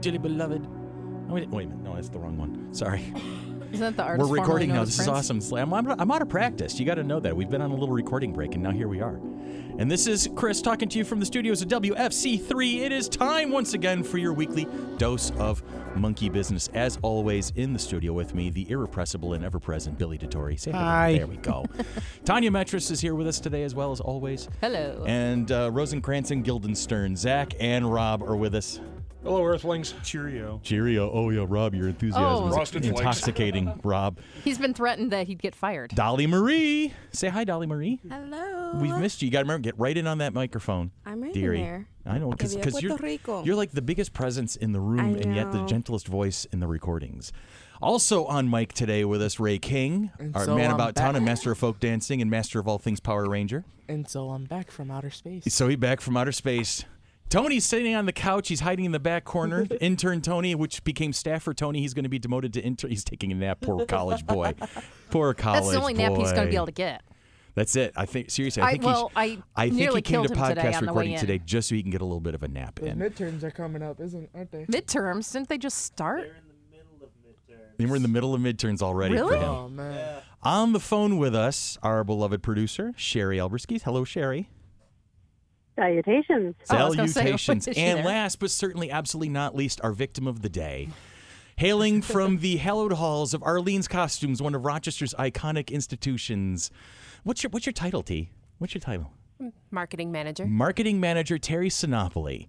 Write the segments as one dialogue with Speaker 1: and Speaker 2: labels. Speaker 1: dearly beloved. Oh, wait, wait a minute. No, that's the wrong one. Sorry.
Speaker 2: Isn't that the
Speaker 1: We're
Speaker 2: artist? formerly
Speaker 1: recording
Speaker 2: known
Speaker 1: now.
Speaker 2: as
Speaker 1: This is
Speaker 2: Prince?
Speaker 1: awesome. Sla- I'm, I'm, I'm out of practice. You got to know that. We've been on a little recording break, and now here we are. And this is Chris talking to you from the studios of WFC3. It is time once again for your weekly dose of monkey business. As always, in the studio with me, the irrepressible and ever present Billy DeTore. Say hello.
Speaker 3: Hi.
Speaker 1: There we go. Tanya Metris is here with us today, as well as always.
Speaker 2: Hello.
Speaker 1: And uh, Rosencrantz and Guildenstern, Zach and Rob are with us.
Speaker 4: Hello, Earthlings.
Speaker 3: Cheerio.
Speaker 1: Cheerio. Oh, yeah, Rob, your
Speaker 2: Oh.
Speaker 1: enthusiasm is
Speaker 4: Frosted Flakes.
Speaker 1: intoxicating, Rob.
Speaker 2: He's been threatened that he'd get fired.
Speaker 1: Dolly Marie. Say hi, Dolly Marie.
Speaker 5: Hello.
Speaker 1: We've missed you. You got to remember, get right in on that microphone.
Speaker 5: I'm right in
Speaker 1: dearie.
Speaker 5: there.
Speaker 1: I know, because
Speaker 5: Baby,
Speaker 1: you're,
Speaker 5: Puerto Rico.
Speaker 1: you're like the biggest presence in the room
Speaker 5: I
Speaker 1: and yet the
Speaker 5: know.
Speaker 1: gentlest voice in the recordings. Also on mic today with us, Ray King, our
Speaker 6: so
Speaker 1: man
Speaker 6: I'm
Speaker 1: about town
Speaker 6: back.
Speaker 1: and master of folk dancing and master of all things Power Ranger.
Speaker 6: And so I'm back from outer space.
Speaker 1: So he back from outer space. Tony's sitting on the couch. He's hiding in the back corner. Intern Tony, which became staffer Tony, he's going to be demoted to intern. He's taking a nap. Poor college boy. Poor college
Speaker 2: That's the only
Speaker 1: boy.
Speaker 2: nap he's going to be able to get.
Speaker 1: That's it. I think seriously. I
Speaker 2: I-
Speaker 1: think
Speaker 2: well,
Speaker 1: he's,
Speaker 2: I
Speaker 1: I think he
Speaker 2: nearly
Speaker 1: came to
Speaker 2: killed him today
Speaker 1: podcast
Speaker 2: on the way
Speaker 1: recording
Speaker 2: in.
Speaker 1: today just so he can get a little bit of a nap
Speaker 6: Those
Speaker 1: in.
Speaker 6: midterms are coming up, isn't aren't they?
Speaker 2: Midterms, didn't they just start?
Speaker 1: And we're in the middle of midterms already for
Speaker 2: Really?
Speaker 1: him.
Speaker 6: Oh man.
Speaker 1: On the phone with us, our beloved producer Sherry Elberskis. Hello, Sherry.
Speaker 7: Salutations.
Speaker 2: Oh, I was gonna say,
Speaker 1: Salutations.
Speaker 2: what is she
Speaker 1: and
Speaker 2: there?
Speaker 1: last but certainly absolutely not least, our victim of the day. Hailing from the hallowed halls of Arlene's Costumes, one of Rochester's iconic institutions. What's your what's your title, T? What's your title?
Speaker 8: Marketing manager.
Speaker 1: Marketing manager Terry Sinopoli.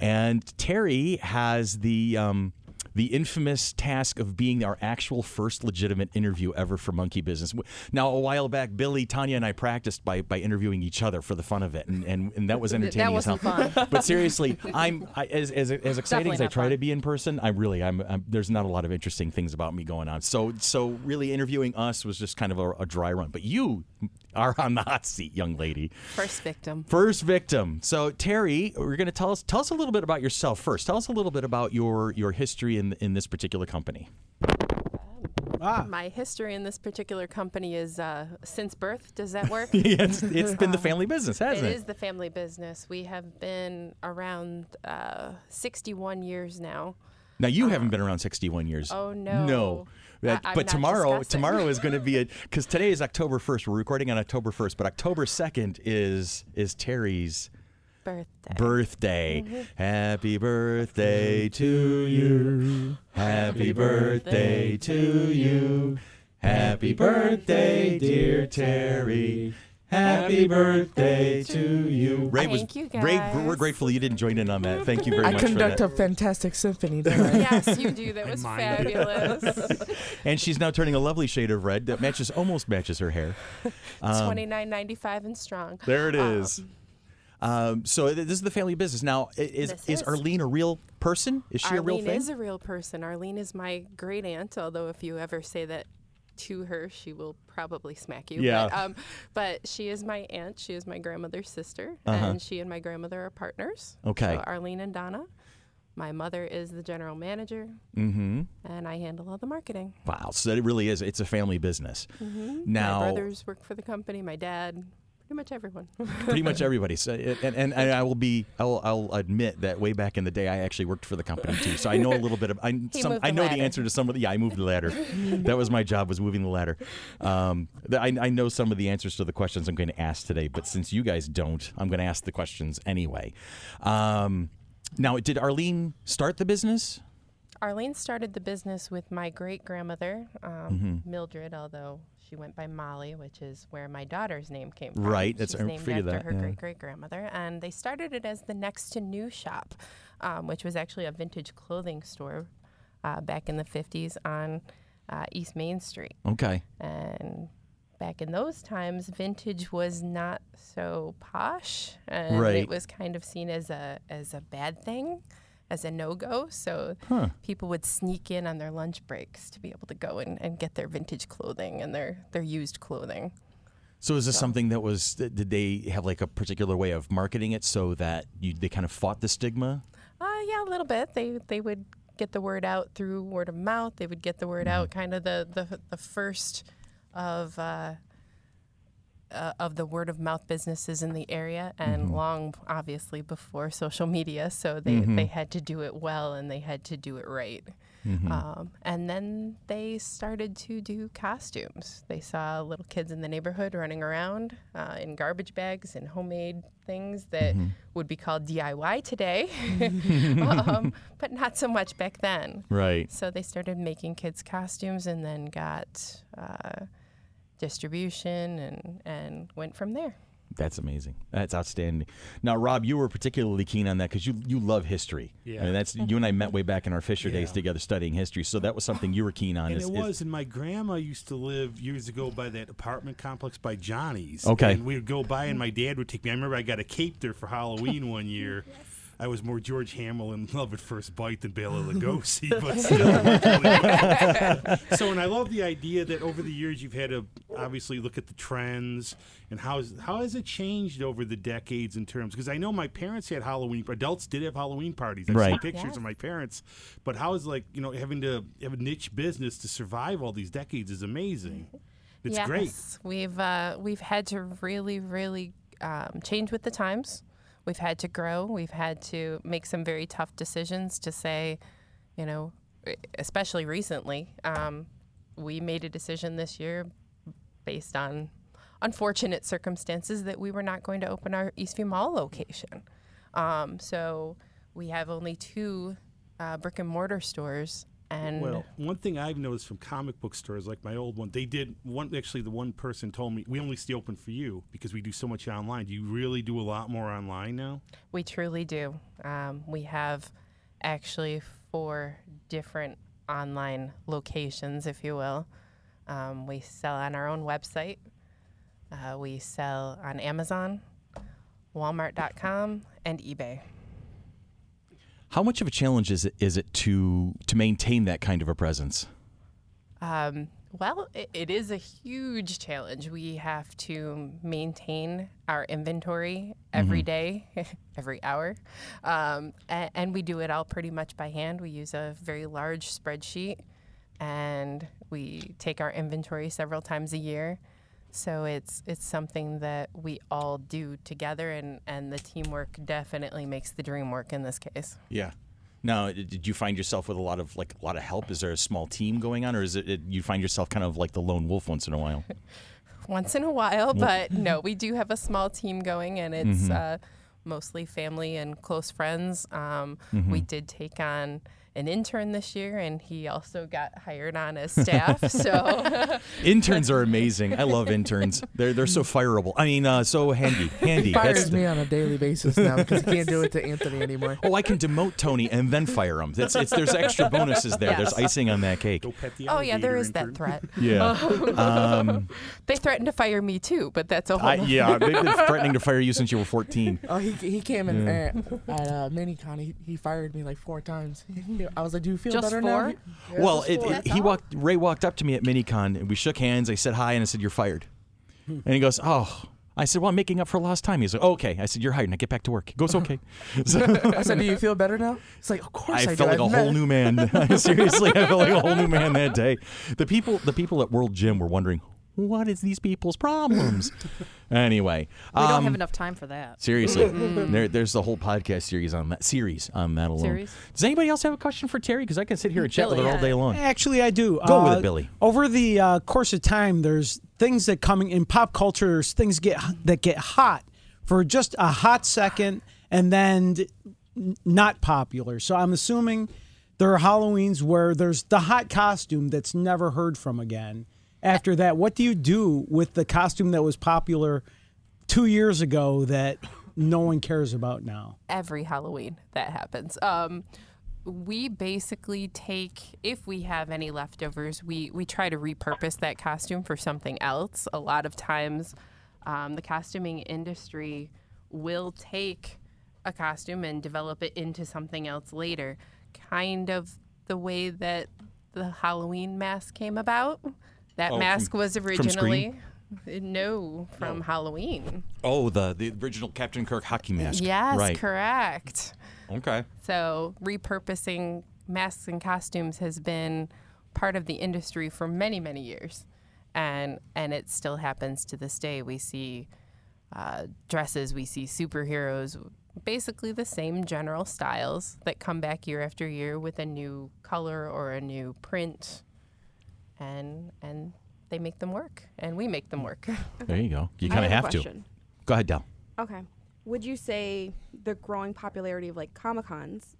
Speaker 1: And Terry has the um, the infamous task of being our actual first legitimate interview ever for Monkey Business. W- Now, a while back, Billy, Tanya, and I practiced by, by interviewing each other for the fun of it, and, and, and that was entertaining
Speaker 2: wasn't
Speaker 1: as hell. But seriously, I'm I, as, as, as exciting
Speaker 2: Definitely
Speaker 1: as I
Speaker 2: not
Speaker 1: try
Speaker 2: fun.
Speaker 1: to be in person. I really, I'm, I'm there's not a lot of interesting things about me going on. So so really, interviewing us was just kind of a, a dry run. But you are on the hot seat, young lady.
Speaker 8: First victim.
Speaker 1: First victim. So Terry, we're going to tell us tell us a little bit about yourself first. Tell us a little bit about your your history in in this particular company.
Speaker 3: Ah,
Speaker 8: My history in this particular company is uh, since birth. Does that work? Um,
Speaker 1: it's, it's been the family business,
Speaker 8: It
Speaker 1: hasn't it?
Speaker 8: is the family business. We have been around uh, 61 years now.
Speaker 1: Now you haven't been around 61 years.
Speaker 8: Oh, no.
Speaker 1: No. That-
Speaker 8: I- I'm
Speaker 1: but
Speaker 8: not
Speaker 1: tomorrow
Speaker 8: discussing.
Speaker 1: tomorrow is going to be a cuz today is October 1st. We're recording on October 1st, but October 2nd is is Terry's
Speaker 8: Birthday.
Speaker 1: birthday. Mm-hmm. Happy birthday to you. Happy birthday to you. Happy birthday, dear Terry. Happy birthday to you. Ray was
Speaker 8: Thank you,
Speaker 1: Ray,
Speaker 8: guys.
Speaker 1: we're grateful you didn't join in on that. Thank you very
Speaker 6: I
Speaker 1: much. for
Speaker 6: conduct a
Speaker 1: that.
Speaker 6: fantastic symphony. Don't I?
Speaker 8: yes, you do. That was
Speaker 3: mind.
Speaker 8: fabulous.
Speaker 1: And she's now turning a lovely shade of red that matches almost matches her hair.
Speaker 8: 29.95 and strong.
Speaker 1: Um, There it is. Um, so th- this is the family business. Now, i- is
Speaker 8: This
Speaker 1: is
Speaker 8: is.
Speaker 1: Arlene a real person? Is she a real
Speaker 8: Arlene
Speaker 1: thing?
Speaker 8: is a real person. Arlene is my great aunt. Although if you ever say that to her, she will probably smack you.
Speaker 1: Yeah.
Speaker 8: But, um, but she is my aunt. She is my grandmother's sister, and she and my grandmother are partners.
Speaker 1: Uh-huh. Okay.
Speaker 8: So Arlene and Donna. My mother is the general manager,
Speaker 1: mm-hmm.
Speaker 8: and I handle all the marketing. Mm-hmm.
Speaker 1: Wow. So it really is. It's a family business.
Speaker 8: my
Speaker 1: Now,
Speaker 8: brothers work for the company. My dad. Pretty much everyone.
Speaker 1: pretty much everybody. So, and, and, and I will be. I'll, I'll admit that way back in the day, I actually worked for the company too. So I know a little bit of. I,
Speaker 8: He
Speaker 1: some,
Speaker 8: moved the
Speaker 1: I know the
Speaker 8: ladder.
Speaker 1: answer to some of the. Yeah, I moved the ladder. that was my job was moving the ladder. Um, the- I, I know some of the answers to the questions I'm going to ask today, but since you guys don't, I'm going to ask the questions anyway. Um, now, did Arlene start the business?
Speaker 8: Arlene started the business with my great grandmother, um,
Speaker 1: Mm-hmm.
Speaker 8: Mildred, although she went by Molly, which is where my daughter's name came from.
Speaker 1: Right, that's-
Speaker 8: She's
Speaker 1: I
Speaker 8: named
Speaker 1: figured
Speaker 8: after
Speaker 1: that,
Speaker 8: her
Speaker 1: yeah.
Speaker 8: great great grandmother, and they started it as the next to new shop, um, which was actually a vintage clothing store uh, back in the '50s on uh, East Main Street.
Speaker 1: Okay.
Speaker 8: And back in those times, vintage was not so posh, Um, and
Speaker 1: Right.
Speaker 8: it was kind of seen as a as a bad thing, as a no go. So
Speaker 1: Huh.
Speaker 8: people would sneak in on their lunch breaks to be able to go and, and get their vintage clothing and their their used clothing.
Speaker 1: So is this something that was? Did they have like a particular way of marketing it so that you they kind of fought the stigma?
Speaker 8: Uh, yeah, a little bit. They they would get the word out through word of mouth. They would get the word out, kind of the the, the first of uh, uh, of the word of mouth businesses in the area and long, obviously, before social media. So they, they had to do it well and they had to do it right. Um, and then they started to do costumes. They saw little kids in the neighborhood running around uh, in garbage bags and homemade things that would be called DIY today, um, but not so much back then.
Speaker 1: Right.
Speaker 8: So they started making kids' costumes and then got uh, distribution and, and went from there.
Speaker 1: That's amazing. That's outstanding. Now, Rob, you were particularly keen on that because you you love history. I
Speaker 4: Yeah.
Speaker 1: mean, that's you and I met way back in our Fisher days
Speaker 4: Yeah.
Speaker 1: together studying history. So that was something you were keen on.
Speaker 4: And
Speaker 1: is-
Speaker 4: it
Speaker 1: is-
Speaker 4: was, and my grandma used to live years ago by that apartment complex by Johnny's.
Speaker 1: Okay.
Speaker 4: And we would go by, and my dad would take me. I remember I got a cape there for Halloween one year. I was more George Hamill in Love at First Bite than Bela Lugosi, but still. so, and I love the idea that over the years you've had to obviously look at the trends and how is, how has it changed over the decades in terms? Because I know my parents had Halloween. Adults did have Halloween parties. I've seen
Speaker 1: Right.
Speaker 4: pictures
Speaker 8: Yes.
Speaker 4: of my parents. But how is like you know having to have a niche business to survive all these decades is amazing. It's great.
Speaker 8: Yes, We've uh, we've had to really, really um, change with the times. We've had to grow. We've had to make some very tough decisions to say, you know, e, especially recently, um, we made a decision this year based on unfortunate circumstances that we were not going to open our Eastview Mall location. Um, so we have only two uh, brick and mortar stores, and
Speaker 4: Well, one thing I've noticed from comic book stores, like my old one, they did one. Actually, the one person told me we only stay open for you because we do so much online. Do you really do a lot more online now?
Speaker 8: We truly do. Um, we have actually four different online locations, if you will. Um, we sell on our own website, uh, we sell on Amazon, Walmart.com, and eBay.
Speaker 1: how much of a challenge is it, is it to to maintain that kind of a presence?
Speaker 8: Um, well, it, it is a huge challenge. We have to maintain our inventory every day, every hour, um, and, and we do it all pretty much by hand. We use a very large spreadsheet, and we take our inventory several times a year. So it's it's something that we all do together, and, and the teamwork definitely makes the dream work in this case.
Speaker 1: Yeah. Now, d- did you find yourself with a lot of like a lot of help? Is there a small team going on, or is it, it you find yourself kind of like the lone wolf once in a while?
Speaker 8: once in a while, but no, we do have a small team going, and it's
Speaker 1: Mm-hmm.
Speaker 8: uh, mostly family and close friends. Um,
Speaker 1: Mm-hmm.
Speaker 8: We did take on an intern this year, and he also got hired on as staff. so
Speaker 1: interns are amazing. I love interns. They're they're so fireable. I mean, uh, so handy, handy. That's
Speaker 6: Fires
Speaker 1: the-
Speaker 6: me on a daily basis now because I can't do it to Anthony anymore.
Speaker 1: Oh, I can demote Tony and then fire him. That's it's, there's extra bonuses there. There's
Speaker 8: Yes.
Speaker 1: icing on that cake.
Speaker 4: Go pet the
Speaker 8: oh yeah,
Speaker 4: alligator
Speaker 8: there is
Speaker 4: and
Speaker 8: that
Speaker 4: turn-
Speaker 8: threat.
Speaker 1: Yeah,
Speaker 6: Oh.
Speaker 1: um,
Speaker 8: They threatened to fire me too, but that's a whole.
Speaker 1: I, yeah. They've been threatening to fire you since you were 14.
Speaker 6: Oh, he, he came in at, at uh, MiniCon. He, he fired me like four times. I was like, "Do you feel
Speaker 2: Just
Speaker 6: better
Speaker 2: four?
Speaker 6: now?" Yeah,
Speaker 1: well,
Speaker 6: just
Speaker 1: it,
Speaker 6: four.
Speaker 1: it, he walked. Ray walked up to me at MiniCon and we shook hands. I said hi and I said you're fired. And he goes, oh. I said, well, I'm making up for lost time. He's like, "Oh, okay. I said, you're hired. Now get back to work. He goes, okay. So-
Speaker 6: Uh-huh. I said, "Do you feel better now?" It's like, "Of course
Speaker 1: I,
Speaker 6: I,
Speaker 1: felt
Speaker 6: do.
Speaker 1: like a
Speaker 6: I've met-
Speaker 1: whole new man. Seriously, I felt like a whole new man that day. The people, the people at World Gym were wondering, what is these people's problems? anyway,
Speaker 2: We
Speaker 1: um,
Speaker 2: don't have enough time for that.
Speaker 1: seriously, there, there's the whole podcast series on that series on that alone.
Speaker 2: Series?
Speaker 1: Does anybody else have a question for Terry? Because I can sit here and chat with her
Speaker 2: Billy,
Speaker 1: all day long.
Speaker 3: Actually, I do. Uh,
Speaker 1: Go with it, Billy.
Speaker 3: Over the uh, course of time, there's things that coming in pop culture. there's Things get that get hot for just a hot second, and then d- n- not popular. So I'm assuming there are Halloweens where there's the hot costume that's never heard from again. After that, what do you do with the costume that was popular two years ago that no one cares about now?
Speaker 8: every Halloween that happens. Um, we basically take if we have any leftovers, we we try to repurpose that costume for something else. A lot of times, um, the costuming industry will take a costume and develop it into something else later, kind of the way that the Halloween mask came about. That
Speaker 1: Oh,
Speaker 8: mask
Speaker 1: from-
Speaker 8: was
Speaker 1: from
Speaker 8: originally no from Halloween.
Speaker 1: Oh, the the original Captain Kirk hockey mask.
Speaker 8: Yes,
Speaker 1: right.
Speaker 8: correct.
Speaker 1: Okay.
Speaker 8: So repurposing masks and costumes has been part of the industry for many, many years. and and it still happens to this day. We see uh, dresses, we see superheroes, basically the same general styles that come back year after year with a new color or a new print, and and they make them work, and we make them work.
Speaker 1: There you go. You
Speaker 5: I
Speaker 1: kind of
Speaker 5: a
Speaker 1: have to.
Speaker 5: question.
Speaker 1: Go ahead, Dell.
Speaker 5: Okay. Would you say the growing popularity of like Comic Cons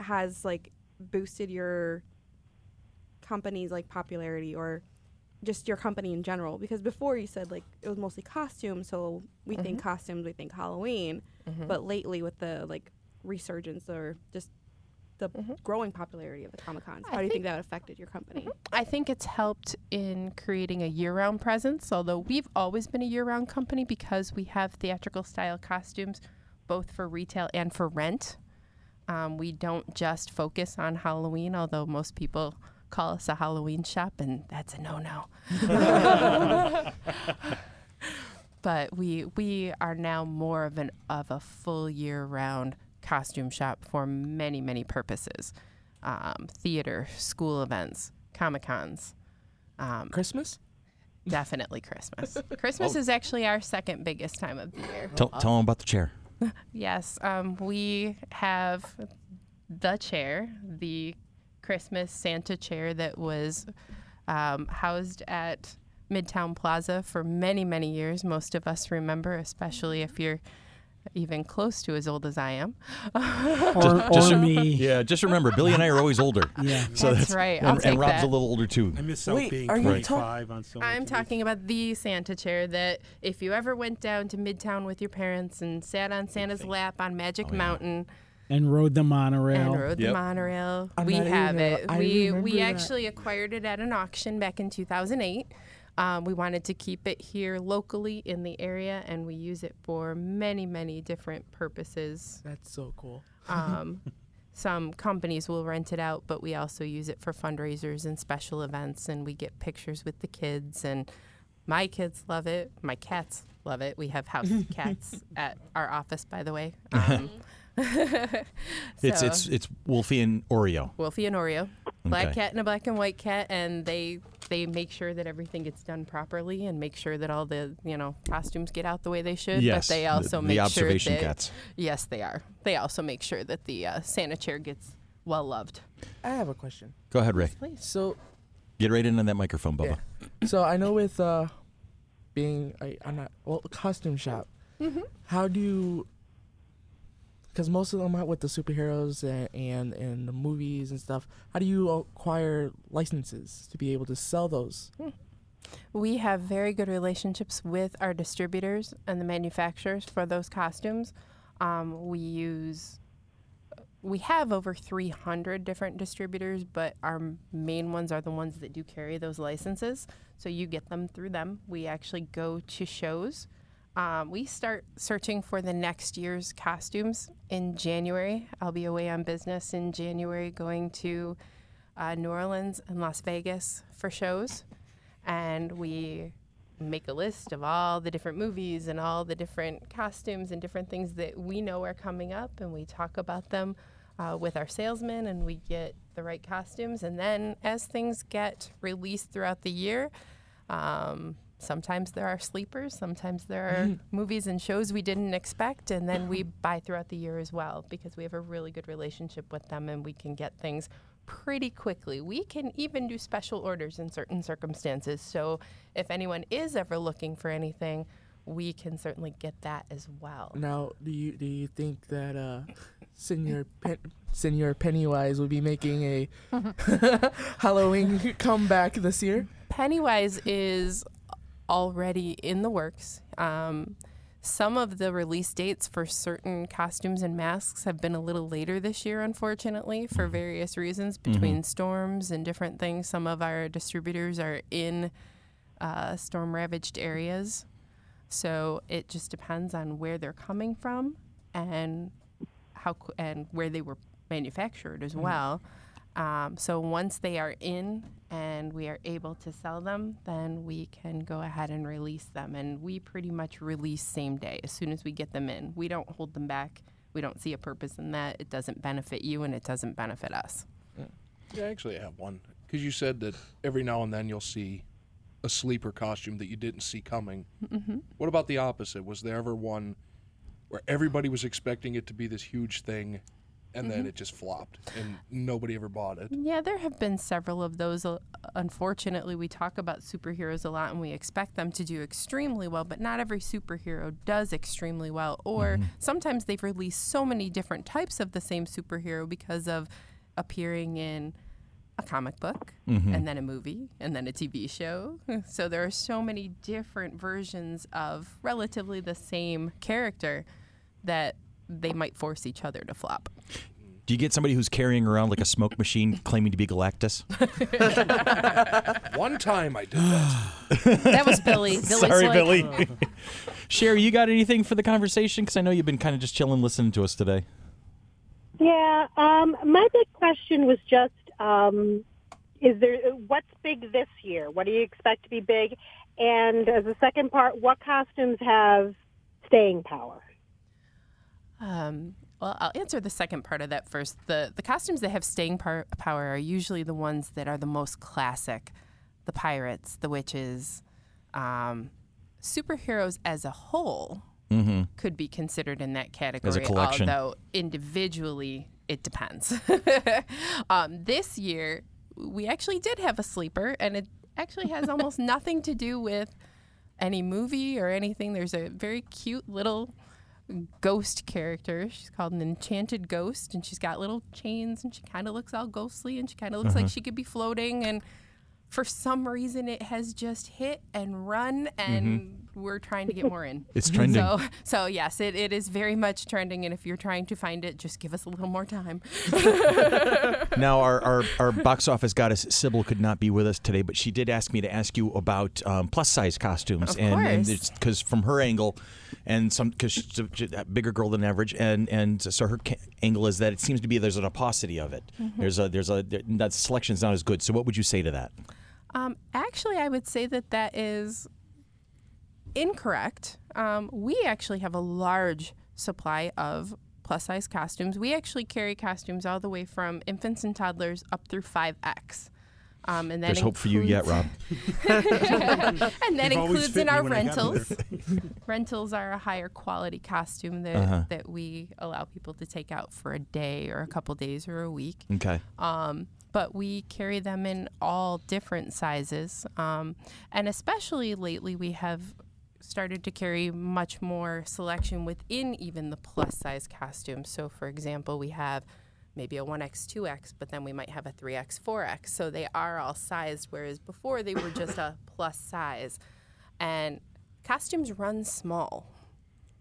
Speaker 5: has like boosted your company's like popularity or just your company in general? Because before you said like it was mostly costumes, so we think costumes, we think Halloween. But lately with the like resurgence or just the growing popularity of the Comic Cons, how do you think,
Speaker 8: think-
Speaker 5: that affected your company?
Speaker 8: I think it's helped in creating a year round presence, although we've always been a year round company because we have theatrical style costumes both for retail and for rent. Um, we don't just focus on Halloween, although most people call us a Halloween shop, and that's a no no. but we we are now more of an of a full year round costume shop for many many purposes, um, theater, school events, comic cons, um,
Speaker 6: Christmas?
Speaker 8: definitely Christmas. Christmas is actually our second biggest time of the year.
Speaker 1: Oh. Tell, tell them about the chair.
Speaker 8: Yes, um, we have the chair, the Christmas Santa chair that was um, housed at Midtown Plaza for many, many years. Most of us remember, especially if you're even close to as old as I am.
Speaker 3: Or,
Speaker 1: just-
Speaker 3: or me.
Speaker 1: Yeah, just remember, Billy and I are always older.
Speaker 3: Yeah.
Speaker 1: So
Speaker 8: That's
Speaker 1: that's
Speaker 8: right.
Speaker 1: And,
Speaker 8: I'll
Speaker 1: and
Speaker 8: take
Speaker 1: Rob's
Speaker 8: that.
Speaker 1: a little older too.
Speaker 4: I miss out
Speaker 6: Wait,
Speaker 4: being
Speaker 6: are you ta-
Speaker 4: 25 on so much of
Speaker 8: I'm
Speaker 4: these.
Speaker 8: talking about the Santa chair that if you ever went down to Midtown with your parents and sat on Santa's lap on Magic Mountain
Speaker 3: And rode the monorail.
Speaker 8: and rode the
Speaker 1: Yep.
Speaker 8: monorail,
Speaker 6: I'm
Speaker 8: we
Speaker 6: not
Speaker 8: have
Speaker 6: either.
Speaker 8: it.
Speaker 6: I
Speaker 8: we
Speaker 6: remember
Speaker 8: we
Speaker 6: that.
Speaker 8: actually acquired it at an auction back in 2008. Um, we wanted to keep it here locally in the area, and we use it for many many different purposes.
Speaker 6: That's so cool.
Speaker 8: Um, some companies will rent it out, but we also use it for fundraisers and special events, and we get pictures with the kids. And my kids love it. My cats love it. We have house cats at our office, by the way. Um,
Speaker 1: It's
Speaker 8: so-
Speaker 1: it's it's Wolfie and Oreo.
Speaker 8: Wolfie and Oreo, black
Speaker 1: Okay.
Speaker 8: cat and a black and white cat, and they they make sure that everything gets done properly and make sure that all the you know costumes get out the way they should.
Speaker 1: Yes,
Speaker 8: but they
Speaker 1: the-
Speaker 8: also
Speaker 1: the
Speaker 8: make
Speaker 1: observation
Speaker 8: sure that
Speaker 1: cats.
Speaker 8: yes, they are. They also make sure that the uh, Santa chair gets well loved.
Speaker 6: I have a question.
Speaker 1: Go ahead, Ray.
Speaker 6: So,
Speaker 1: Get right into that microphone, Bubba.
Speaker 6: so I know with uh, being a, I'm not well a costume shop. How do you? Because most of them are with the superheroes and, and and the movies and stuff. How do you acquire licenses to be able to sell those?
Speaker 8: We have very good relationships with our distributors and the manufacturers for those costumes. Um, we use, we have over 300 different distributors, but our m- main ones are the ones that do carry those licenses. So you get them through them. We actually go to shows. Um, we start searching for the next year's costumes in January. I'll be away on business in January, going to uh, New Orleans and Las Vegas for shows and we make a list of all the different movies and all the different costumes and different things that we know are coming up and we talk about them uh, with our salesmen and we get the right costumes and then as things get released throughout the year um, sometimes there are sleepers sometimes there are movies and shows we didn't expect and then we buy throughout the year as well because we have a really good relationship with them and we can get things pretty quickly. We can even do special orders in certain circumstances. So if anyone is ever looking for anything, we can certainly get that as well.
Speaker 6: Now, do you do you think that uh, Senior Pen- Senior Pennywise will be making a Halloween comeback this year?
Speaker 8: Pennywise is already in the works. Um, some of the release dates for certain costumes and masks have been a little later this year, unfortunately, for various reasons between storms and different things. Some of our distributors are in uh, storm ravaged areas. So it just depends on where they're coming from and how qu- and where they were manufactured as well. Um, so once they are in and we are able to sell them, then we can go ahead and release them. And we pretty much release same day as soon as we get them in. We don't hold them back. We don't see a purpose in that. It doesn't benefit you and it doesn't benefit us.
Speaker 7: Yeah, I actually have one because you said that every now and then you'll see a sleeper costume that you didn't see coming.
Speaker 2: Mm-hmm.
Speaker 7: What about the opposite? Was there ever one where everybody was expecting it to be this huge thing, and
Speaker 2: Mm-hmm.
Speaker 7: then it just flopped, and nobody ever bought it?
Speaker 8: Yeah, there have been several of those. Uh, Unfortunately, we talk about superheroes a lot and we expect them to do extremely well, but not every superhero does extremely well. Or sometimes they've released so many different types of the same superhero because of appearing in a comic book and then a movie and then a TV show. so there are so many different versions of relatively the same character that they might force each other to flop.
Speaker 1: Do you get somebody who's carrying around like a smoke machine claiming to be Galactus?
Speaker 7: One time I did that.
Speaker 2: That was Billy. Billy's
Speaker 1: Sorry,
Speaker 2: like, "Oh."
Speaker 1: Billy. Sherry, you got anything for the conversation? Because I know you've been kind of just chilling listening to us today.
Speaker 9: Yeah, um, my big question was just: um, Is there what's big this year? What do you expect to be big? And as a second part, what costumes have staying power?
Speaker 8: Um, well, I'll answer the second part of that first. The the costumes that have staying par- power are usually the ones that are the most classic, the pirates, the witches, um, superheroes as a whole
Speaker 2: Mm-hmm.
Speaker 8: could be considered in that category.
Speaker 1: collection.
Speaker 8: although individually it depends. um, this year we actually did have a sleeper, and it actually has almost nothing to do with any movie or anything. There's a very cute little ghost character. She's called an enchanted ghost, and she's got little chains, and she kind of looks all ghostly, and she kind of looks like she could be floating. And for some reason, it has just hit and run, and we're trying to get more in.
Speaker 1: It's trending.
Speaker 8: So, so yes, it, it is very much trending. And if you're trying to find it, just give us a little more time.
Speaker 1: now, our, our, our box office goddess Sybil could not be with us today, but she did ask me to ask you about um, plus size costumes,
Speaker 8: Of
Speaker 1: and
Speaker 8: course.
Speaker 1: because from her angle, and some because she's a, she's a bigger girl than average, and and so her ca- angle is that it seems to be there's an opacity of it.
Speaker 2: Mm-hmm.
Speaker 1: There's a there's a there, that selection's not as good. So, what would you say to that?
Speaker 8: Um, actually, I would say that that is incorrect. Um, we actually have a large supply of plus size costumes. We actually carry costumes all the way from infants and toddlers up through 5X. Um, and that
Speaker 1: there's hope for you yet,
Speaker 8: includes-
Speaker 1: Rob.
Speaker 8: and that
Speaker 4: They've always
Speaker 8: includes
Speaker 4: fit
Speaker 8: in
Speaker 4: me
Speaker 8: our
Speaker 4: when I have them
Speaker 8: rentals. rentals are a higher quality costume that, that we allow people to take out for a day or a couple days or a week.
Speaker 1: Okay.
Speaker 8: Um, but we carry them in all different sizes. Um, and especially lately, we have started to carry much more selection within even the plus size costumes. So, for example, we have maybe a 1X, 2X, but then we might have a 3X, 4X. So they are all sized, whereas before they were just a plus size. And costumes run small.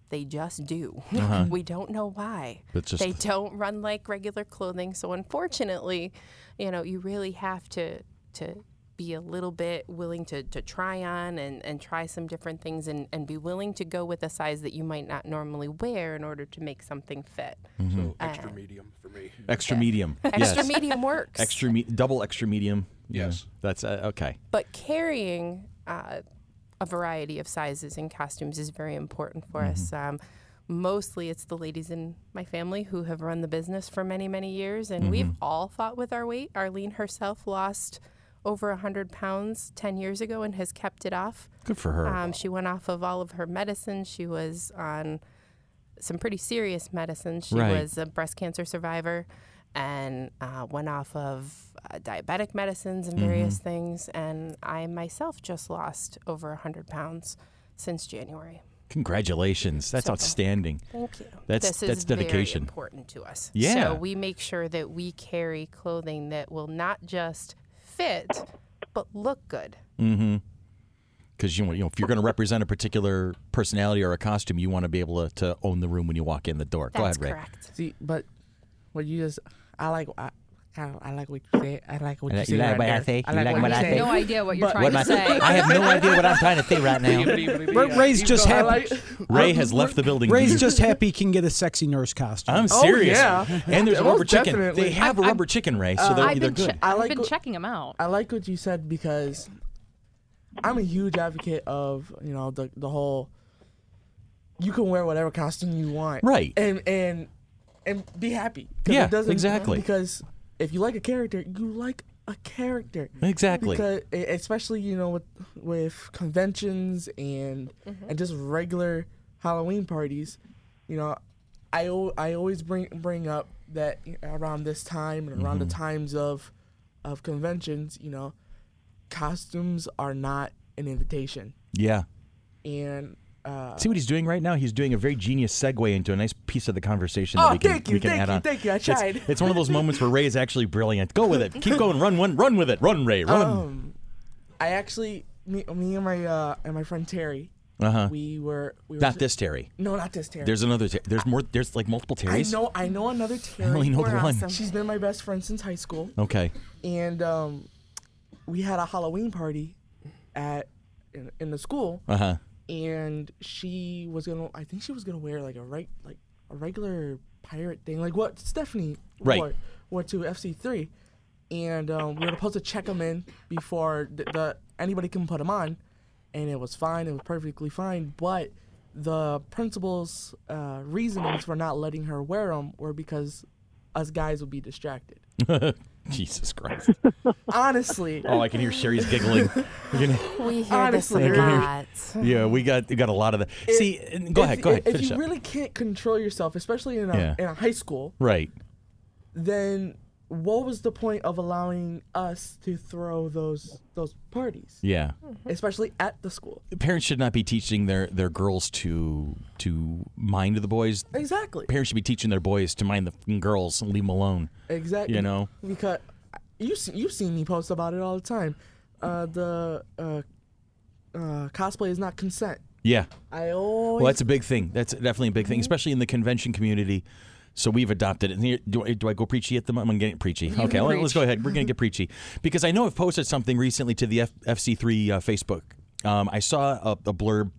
Speaker 8: They just do. we don't know why.
Speaker 1: That's just
Speaker 8: they
Speaker 1: the-
Speaker 8: don't run like regular clothing. So unfortunately, you know, you really have to to be a little bit willing to, to try on and, and try some different things and, and be willing to go with a size that you might not normally wear in order to make something fit.
Speaker 6: Mm-hmm.
Speaker 8: Mm-hmm.
Speaker 7: So
Speaker 8: Uh,
Speaker 7: extra medium for me.
Speaker 1: Extra medium.
Speaker 8: Ah. Extra
Speaker 1: yes.
Speaker 8: medium works.
Speaker 1: Extra me- double extra medium. Yeah.
Speaker 7: Yes.
Speaker 1: That's uh, okay.
Speaker 8: but carrying uh, a variety of sizes and costumes is very important for us.
Speaker 1: Mm-hmm.
Speaker 8: Um, mostly, it's the ladies in my family who have run the business for many, many years, and we've
Speaker 1: Mm-hmm.
Speaker 8: all fought with our weight. Arlene herself lost over 100 pounds 10 years ago and has kept it off.
Speaker 1: Good for her.
Speaker 8: Um, she went off of all of her medicine. She was on some pretty serious medicine. She
Speaker 1: Right.
Speaker 8: was a breast cancer survivor and uh, went off of uh, diabetic medicines
Speaker 1: Mm-hmm.
Speaker 8: and various things. And I myself just lost over 100 pounds since January.
Speaker 1: Congratulations. That's outstanding.
Speaker 8: Thank you.
Speaker 1: That's-
Speaker 8: this is
Speaker 1: that's dedication.
Speaker 8: Very important to us.
Speaker 1: Yeah.
Speaker 8: So we make sure that we carry clothing that will not just fit, but look good.
Speaker 1: because Mm-hmm. you, want- you know if you're going to represent a particular personality or a costume, you want to be able to, to own the room when you walk in the door. Go
Speaker 8: That's
Speaker 1: ahead, Ray.
Speaker 8: correct.
Speaker 6: See, but what you just, I like, I, I, I like what you say. I like what
Speaker 1: I
Speaker 6: you
Speaker 1: like-
Speaker 6: say.
Speaker 1: you like
Speaker 6: right
Speaker 1: what I
Speaker 6: there.
Speaker 1: say?
Speaker 6: I
Speaker 1: You
Speaker 6: like,
Speaker 1: like
Speaker 6: what,
Speaker 1: what
Speaker 6: you
Speaker 1: I
Speaker 6: say.
Speaker 2: No idea what you're trying to say.
Speaker 1: I have no idea what I'm trying to say right now.
Speaker 3: Ray's just
Speaker 6: I
Speaker 3: happy.
Speaker 6: like,
Speaker 1: Ray has left the building.
Speaker 3: Ray's just happy he can get a sexy nurse costume.
Speaker 1: I'm
Speaker 8: Oh,
Speaker 1: serious.
Speaker 6: Oh, yeah.
Speaker 1: And there's
Speaker 6: Most
Speaker 1: rubber chicken.
Speaker 6: definitely.
Speaker 1: They have a rubber chicken, Ray,
Speaker 8: Uh,
Speaker 1: so they're,
Speaker 2: I've
Speaker 1: they're
Speaker 2: been, che-
Speaker 1: good.
Speaker 6: Uh, I
Speaker 2: I've
Speaker 6: like
Speaker 2: been
Speaker 6: go-
Speaker 2: checking them out.
Speaker 6: I like what you said because I'm a huge advocate of you know the the whole. You can wear whatever costume you want,
Speaker 1: Right.
Speaker 6: And and and be happy. 'Cause
Speaker 1: Yeah,
Speaker 6: doesn't-
Speaker 1: exactly.
Speaker 6: Because if you like a character, you like a character.
Speaker 1: Exactly.
Speaker 6: Because e- especially you know with with conventions and and just regular Halloween parties, you know, I al- I always bring bring up that around this time and around
Speaker 1: Mm-hmm.
Speaker 6: the times of of conventions, you know, costumes are not an invitation
Speaker 1: Yeah.
Speaker 6: and. Uh,
Speaker 1: See what he's doing right now? He's doing a very genius segue into a nice piece of the conversation
Speaker 6: Oh,
Speaker 1: that we can,
Speaker 6: thank you,
Speaker 1: we can
Speaker 6: thank
Speaker 1: add
Speaker 6: you,
Speaker 1: on.
Speaker 6: thank you. I
Speaker 1: It's-
Speaker 6: tried.
Speaker 1: It's, one of those moments where Ray is actually brilliant. Go with it. Keep going. Run, one, run with it. Run, Ray. Run.
Speaker 6: Um, I actually, me, me and my uh, and my friend Terry,
Speaker 1: uh huh.
Speaker 6: we were we were
Speaker 1: Not this Terry.
Speaker 6: No, not this Terry.
Speaker 1: There's another. Ter- there's more. There's like multiple
Speaker 6: I
Speaker 1: Terrys.
Speaker 6: know, I know another Terry.
Speaker 1: I only know the
Speaker 2: We're
Speaker 1: one.
Speaker 2: awesome.
Speaker 6: She's been my best friend since high school,
Speaker 1: Okay.
Speaker 6: and um, we had a Halloween party at in, in the school,
Speaker 1: Uh huh.
Speaker 6: and she was gonna, I think she was gonna wear like a right like a regular pirate thing, like what Stephanie
Speaker 1: Right.
Speaker 6: wore, wore to FC three, and um, we were supposed to check them in before the, the anybody can put them on, and it was fine, it was perfectly fine, but the principal's uh, reasonings for not letting her wear them were because us guys would be distracted.
Speaker 1: Jesus Christ.
Speaker 6: Honestly,
Speaker 1: Oh, I can hear Sherry's giggling. You know,
Speaker 2: We hear
Speaker 6: Honestly,
Speaker 2: this a
Speaker 6: you're-
Speaker 2: lot.
Speaker 1: yeah, we got we got a lot of that. See, and- go
Speaker 6: if-
Speaker 1: ahead, go ahead,
Speaker 6: If,
Speaker 1: finish
Speaker 6: you
Speaker 1: up.
Speaker 6: really can't control yourself, especially in a,
Speaker 1: Yeah.
Speaker 6: in a high school,
Speaker 1: right.
Speaker 6: then what was the point of allowing us to throw those those parties,
Speaker 1: Yeah.
Speaker 6: especially at the school?
Speaker 1: Parents should not be teaching their their girls to to mind the boys.
Speaker 6: Exactly.
Speaker 1: Parents should be teaching their boys to mind the fucking girls and leave them alone.
Speaker 6: Exactly.
Speaker 1: You know?
Speaker 6: because you see, you've seen me post about it all the time. Uh, the uh, uh, cosplay is not consent.
Speaker 1: Yeah.
Speaker 6: I always
Speaker 1: Well, that's a big thing. That's definitely a big
Speaker 8: Mm-hmm.
Speaker 1: thing, especially in the convention community. So we've adopted it. And here- Do, I- do I go preachy at the moment? I'm getting preachy. okay,
Speaker 8: can
Speaker 1: let- let's
Speaker 8: preach.
Speaker 1: go ahead. We're going to get preachy because I know I've posted something recently to the F- FC3 uh, Facebook. Um, I saw a, a blurb.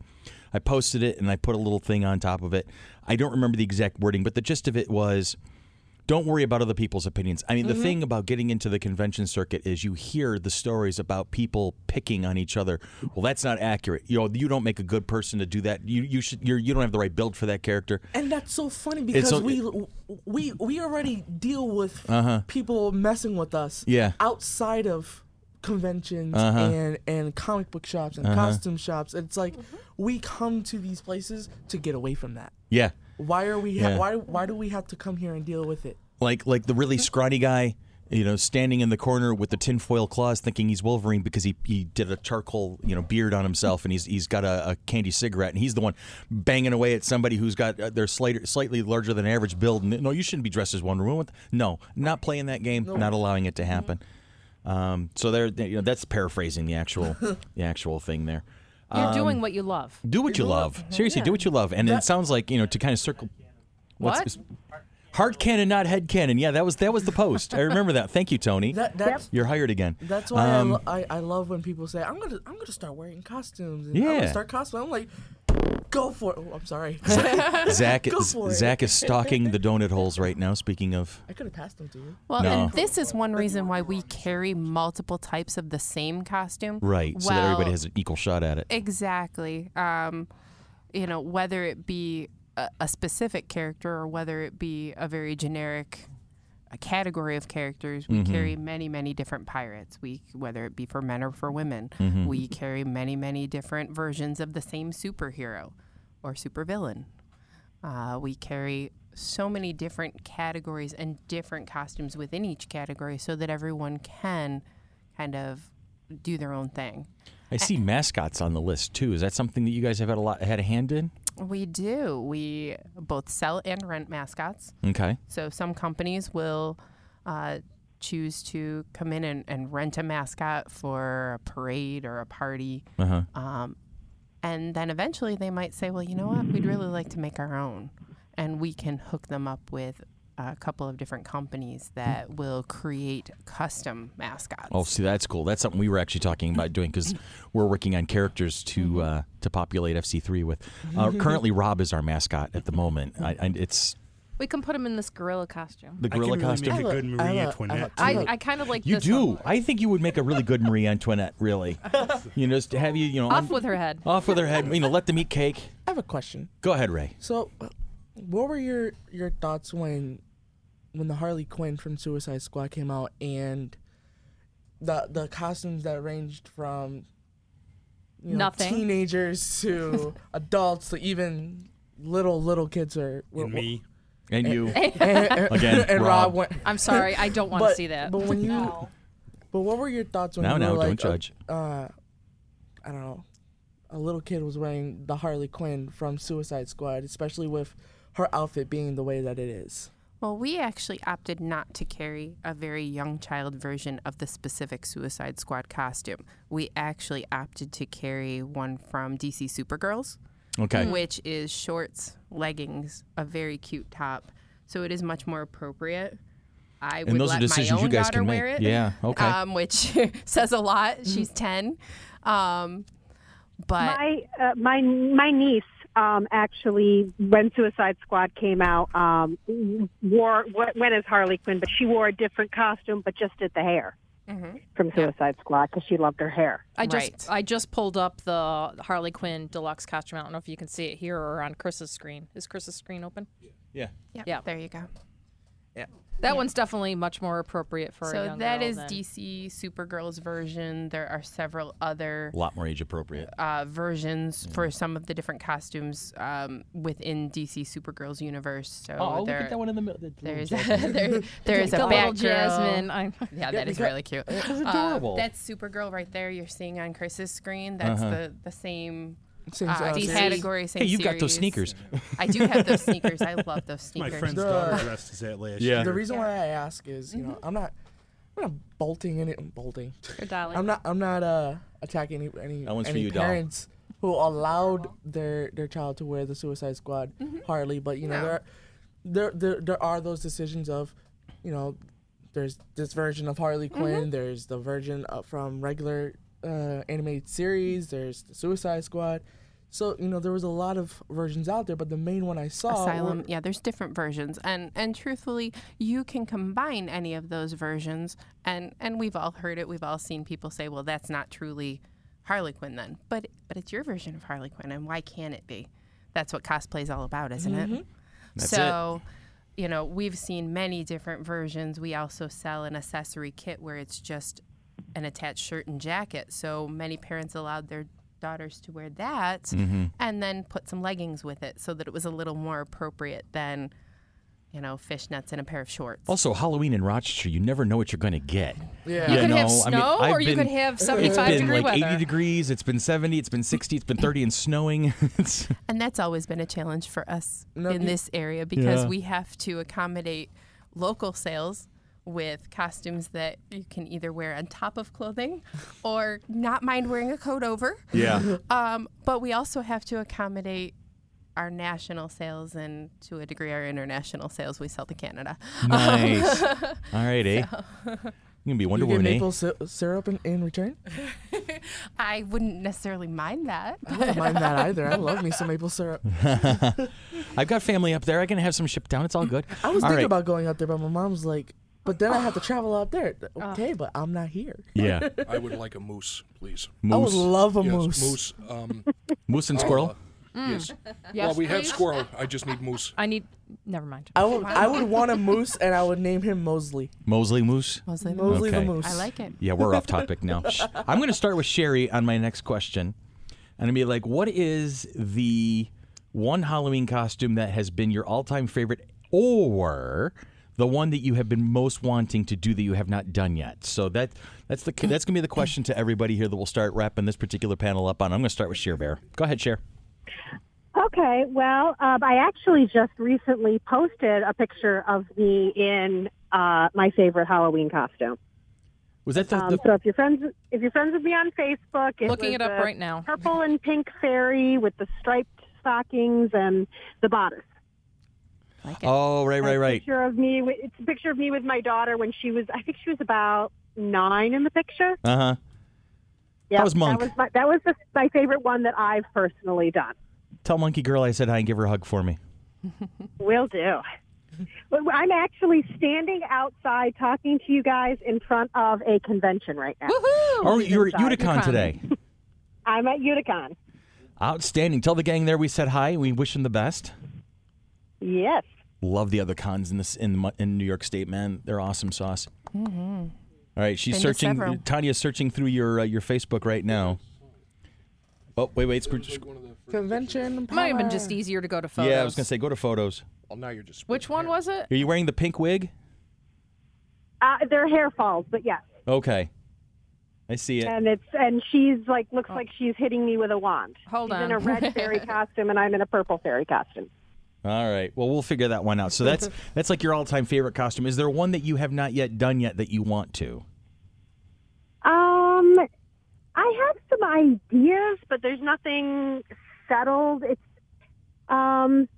Speaker 1: I posted it and I put a little thing on top of it. I don't remember the exact wording, but the gist of it was don't worry about other people's opinions. I mean,
Speaker 8: Mm-hmm.
Speaker 1: the thing about getting into the convention circuit is you hear the stories about people picking on each other. Well, that's not accurate. You know, you don't make a good person to do that. You you should you're, you don't have the right build for that character.
Speaker 6: And that's so funny because
Speaker 1: so-
Speaker 6: we we we already deal with people messing with us
Speaker 1: Uh-huh. Yeah. Uh-huh.
Speaker 6: outside of conventions and and comic book shops and costume shops. It's like we come to these places to get away from that.
Speaker 1: Yeah,
Speaker 6: Why are we ha-
Speaker 1: Yeah.
Speaker 6: why why do we have to come here and deal with it?
Speaker 1: like like the really scrawny guy. You know, standing in the corner with the tinfoil claws, thinking he's Wolverine because he, he did a charcoal you know beard on himself, and he's he's got a, a candy cigarette, and he's the one banging away at somebody who's got uh, their slighter, slightly larger than average build. And, no, you shouldn't be dressed as Wonder Woman. What the- No, not playing that game, not allowing it to happen. Um, so there, you know, that's paraphrasing the actual the actual thing there.
Speaker 2: You're
Speaker 1: Um,
Speaker 2: doing what you love.
Speaker 1: Do what you love.
Speaker 6: Mm-hmm.
Speaker 1: Seriously, do what you love. And it sounds like, you know, to kind of circle
Speaker 2: What?
Speaker 1: is- Heart cannon, not head cannon. Yeah, that was that was the post. I remember that. Thank you, Tony.
Speaker 6: That that's
Speaker 1: You're hired again.
Speaker 6: that's why I,
Speaker 1: Um,
Speaker 6: lo- I I love when people say I'm gonna I'm gonna start wearing costumes and I'm
Speaker 1: Yeah.
Speaker 6: gonna start cosplaying. I'm like, go for it. Oh, I'm sorry.
Speaker 1: Zach
Speaker 6: Go for it.
Speaker 1: Zach is stalking the donut holes right now. Speaking of,
Speaker 6: I could have passed them to you.
Speaker 8: Well,
Speaker 1: No.
Speaker 8: and this is one reason why we carry multiple types of the same costume.
Speaker 1: right, so that everybody
Speaker 8: Well,
Speaker 1: has an equal shot at it.
Speaker 8: Exactly. Um, you know, whether it be a, a specific character or whether it be a very generic a category of characters, we
Speaker 1: Mm-hmm.
Speaker 8: carry many, many different pirates. We, whether it be for men or for women,
Speaker 1: Mm-hmm.
Speaker 8: we carry many, many different versions of the same superhero or supervillain. Uh, we carry so many different categories and different costumes within each category, so that everyone can kind of do their own thing.
Speaker 1: I see mascots on the list too. Is that something that you guys have had a lot had a hand in?
Speaker 8: We do. We both sell and rent mascots.
Speaker 1: Okay,
Speaker 8: So some companies will uh, choose to come in and, and rent a mascot for a parade or a party.
Speaker 1: Uh-huh.
Speaker 8: Um, and then eventually they might say, well, you know what? We'd really like to make our own. And we can hook them up with a couple of different companies
Speaker 1: Hmm.
Speaker 8: that will create custom mascots.
Speaker 1: Oh, see, that's cool. That's something we were actually talking about doing because we're working on characters
Speaker 2: Mm-hmm.
Speaker 1: to uh, to populate FC3 with. Uh, currently, Rob is our mascot at the moment. I, I, it's
Speaker 2: We can put him in this gorilla costume.
Speaker 1: the
Speaker 4: I can
Speaker 1: gorilla
Speaker 4: really
Speaker 1: costume.
Speaker 4: make a
Speaker 6: I
Speaker 4: good
Speaker 6: love-
Speaker 4: Marie
Speaker 6: I love-
Speaker 4: Antoinette.
Speaker 6: I
Speaker 2: I,
Speaker 6: love-
Speaker 2: I kind of like
Speaker 1: you
Speaker 2: this
Speaker 1: do.
Speaker 2: one.
Speaker 1: I think you would make a really good Marie Antoinette. Really, you know, just have you, you know,
Speaker 2: Off
Speaker 1: un-
Speaker 2: with her head.
Speaker 1: off with her head. You know, let them eat cake.
Speaker 6: I have a question.
Speaker 1: Go ahead, Ray.
Speaker 6: So, uh, what were your your thoughts when when the Harley Quinn from Suicide Squad came out and the the costumes that ranged from you know,
Speaker 2: Nothing.
Speaker 6: teenagers to adults to even little little kids are were-
Speaker 4: And me.
Speaker 1: And you.
Speaker 6: and, and-
Speaker 1: Again,
Speaker 6: and
Speaker 1: Rob.
Speaker 6: Rob went
Speaker 2: I'm sorry, I don't want to
Speaker 6: but,
Speaker 2: see that.
Speaker 6: but when you but what were your thoughts when
Speaker 1: Now,
Speaker 6: you
Speaker 1: now,
Speaker 6: were
Speaker 1: don't
Speaker 6: like a-
Speaker 1: judge.
Speaker 6: uh, I don't know, a little kid was wearing the Harley Quinn from Suicide Squad, especially with her outfit being the way that it is.
Speaker 8: Well, we actually opted not to carry a very young child version of the specific Suicide Squad costume. We actually opted to carry one from DC Supergirls,
Speaker 1: Okay.
Speaker 9: Hmm.
Speaker 8: which is shorts, leggings, a very cute top. So it is much more appropriate. I would
Speaker 1: those are
Speaker 8: let
Speaker 1: decisions
Speaker 8: my
Speaker 1: you
Speaker 8: own
Speaker 1: guys
Speaker 8: daughter
Speaker 1: can
Speaker 8: wear
Speaker 1: make.
Speaker 8: it.
Speaker 1: Yeah, okay.
Speaker 8: Um, which says a lot.
Speaker 9: Hmm.
Speaker 8: She's ten, um, but
Speaker 9: My uh, my my niece um, actually, when Suicide Squad came out, um, wore wh- went as Harley Quinn, but she wore a different costume, but just did the hair from Suicide Squad because she loved her hair.
Speaker 2: Mm-hmm. I
Speaker 8: Right.
Speaker 2: just I just pulled up the Harley Quinn deluxe costume. I don't know if you can see it here or on Chris's screen. Is Chris's screen open?
Speaker 1: Yeah.
Speaker 8: yeah,
Speaker 2: Yeah.
Speaker 8: there you go.
Speaker 2: That one's definitely much more appropriate for a
Speaker 8: So
Speaker 2: young
Speaker 8: that
Speaker 2: girl
Speaker 8: is
Speaker 2: than-
Speaker 8: DC Supergirl's version. There are several other
Speaker 1: A lot more age appropriate.
Speaker 8: uh, versions for some of the different costumes um, within DC Supergirl's universe. So there,
Speaker 1: one in the middle.
Speaker 8: there's there, there is a
Speaker 2: the little
Speaker 8: Batgirl.
Speaker 2: Jasmine. I'm,
Speaker 8: Yeah, that is really cute. Uh,
Speaker 1: adorable.
Speaker 8: that's Supergirl right there. You're seeing on Chris's screen. That's the the same.
Speaker 6: Same
Speaker 8: uh,
Speaker 6: outfit.
Speaker 2: these had-
Speaker 8: category, same
Speaker 1: Hey, you got those
Speaker 8: series.
Speaker 1: sneakers.
Speaker 8: I do have those sneakers. I love those
Speaker 4: My
Speaker 8: sneakers.
Speaker 4: friend's daughter dressed as that last
Speaker 1: Yeah.
Speaker 4: year.
Speaker 6: The reason why I ask is, you know,
Speaker 8: Mm-hmm.
Speaker 6: I'm not, I'm not bolting any, I'm bolting.
Speaker 2: Or Dolly.
Speaker 6: I'm not, I'm not uh, attacking any any,
Speaker 1: That one's for
Speaker 6: any
Speaker 1: you, doll.
Speaker 6: parents who allowed their their child to wear the Suicide Squad
Speaker 8: Mm-hmm.
Speaker 6: Harley, but you know there, are, there there there are those decisions of, you know, there's this version of Harley
Speaker 8: Mm-hmm.
Speaker 6: Quinn, there's the version of, from regular uh, animated series, there's the Suicide Squad. So you know there was a lot of versions out there, but the main one I saw were-
Speaker 8: asylum yeah there's different versions and and truthfully you can combine any of those versions and and we've all heard it we've all seen people say well that's not truly harley quinn then but but it's your version of harley quinn and why can't it be that's what cosplay is all about isn't it
Speaker 1: That's it.
Speaker 8: so you know we've seen many different versions we also sell an accessory kit where it's just an attached shirt and jacket so many parents allowed their daughters to wear that
Speaker 1: Mm-hmm.
Speaker 8: and then put some leggings with it so that it was a little more appropriate than you know fishnets and a pair of shorts
Speaker 1: Also, Halloween in Rochester, you never know what you're going to get.
Speaker 6: Yeah.
Speaker 2: you
Speaker 1: You
Speaker 2: could have
Speaker 1: know, I mean,
Speaker 2: snow,
Speaker 1: I've
Speaker 2: or you
Speaker 1: been-
Speaker 2: could have
Speaker 1: It's
Speaker 2: 75
Speaker 1: been
Speaker 2: degree
Speaker 1: like
Speaker 2: weather.
Speaker 1: 80 degrees. It's been 70. It's been 60. It's been 30 and snowing. It's-
Speaker 8: and that's always been a challenge for us in this area because we have to accommodate local sales with costumes that you can either wear on top of clothing or not mind wearing a coat over
Speaker 1: yeah.
Speaker 8: Um, but we also have to accommodate our national sales and to a degree our international sales. We sell to Canada.
Speaker 1: Nice. All right, eh? You're going to be Wonder
Speaker 6: you get
Speaker 1: Woman, eh?
Speaker 6: maple si- syrup in, in return.
Speaker 8: I wouldn't necessarily mind that.
Speaker 6: I don't mind that either. I love me some maple syrup.
Speaker 1: I've got family up there. I can have some shipped down. It's all good.
Speaker 6: I was
Speaker 1: All
Speaker 6: thinking
Speaker 1: right.
Speaker 6: about going out there, but my mom's like, but then I have to travel out there.
Speaker 2: Oh.
Speaker 6: Okay, but I'm not here.
Speaker 1: Yeah.
Speaker 7: I would like a moose, please.
Speaker 6: I would
Speaker 1: Moose.
Speaker 6: love a
Speaker 7: Yes,
Speaker 6: moose.
Speaker 7: Moose. Um,
Speaker 1: Moose and squirrel.
Speaker 7: uh, Yes.
Speaker 2: Mm.
Speaker 7: well, we have squirrel. I just need moose.
Speaker 2: I need. Never mind.
Speaker 6: I would I would want a moose and I would name him Mosley.
Speaker 1: Mosley moose.
Speaker 8: Mostly the
Speaker 6: Mosley
Speaker 1: Okay.
Speaker 6: the moose.
Speaker 8: I like it.
Speaker 1: Yeah, we're off topic now. Shh. I'm going to start with Sherry on my next question. And I'm be like, what is the one Halloween costume that has been your all time favorite or the one that you have been most wanting to do that you have not done yet? So that that's the that's going to be the question to everybody here that we'll start wrapping this particular panel up on. I'm going to start with Cher Bear. Go ahead, Cher.
Speaker 9: Okay, well, um, I actually just recently posted a picture of me in uh, my favorite Halloween costume.
Speaker 1: Was that the,
Speaker 9: Um,
Speaker 1: the
Speaker 9: so if you're friends, if you're friends with me on Facebook, it
Speaker 2: Looking
Speaker 9: was
Speaker 2: it up
Speaker 9: the
Speaker 2: right now.
Speaker 9: Purple and pink fairy with the striped stockings and the bodice.
Speaker 1: Oh, right, right,
Speaker 9: A
Speaker 1: right.
Speaker 9: Picture of me. wi- It's a picture of me with my daughter when she was. I think she was about nine in the picture.
Speaker 1: Uh huh.
Speaker 9: Yeah,
Speaker 1: was Monk.
Speaker 9: That was my, that was the, my favorite one that I've personally done.
Speaker 1: Tell Monkey Girl I said hi and give her a hug for me.
Speaker 9: Will do. Well, I'm actually standing outside talking to you guys in front of a convention right now.
Speaker 1: Oh, you're at
Speaker 9: Inside.
Speaker 1: Uticon today.
Speaker 9: I'm at Uticon.
Speaker 1: Outstanding. Tell the gang there we said hi. We wish them the best.
Speaker 9: Yes.
Speaker 2: Mm-hmm.
Speaker 1: Love the other cons in this in Mu- in New York State, man. They're awesome sauce. All right, she's
Speaker 8: Been to several.
Speaker 1: searching. Tanya's searching through your uh, your Facebook right now. Oh wait, wait. Screw, screw-
Speaker 6: Convention.
Speaker 2: Might have been
Speaker 6: power.
Speaker 2: just easier to go to photos.
Speaker 1: yeah, I was gonna say go to photos.
Speaker 7: Well, now you're just.
Speaker 2: Which one was it?
Speaker 1: Are you wearing the pink wig?
Speaker 9: Uh, their hair falls, but yes.
Speaker 1: Okay, I see it.
Speaker 9: And it's and she's like looks like she's hitting me with a wand.
Speaker 2: Oh. Hold
Speaker 9: she's in
Speaker 2: on.
Speaker 9: a red fairy costume and I'm in a purple fairy costume.
Speaker 1: All right. Well, we'll figure that one out. So that's that's like your all time favorite costume. Is there one that you have not yet done yet that you want to?
Speaker 9: Um, I have some ideas, but there's nothing settled. It's um,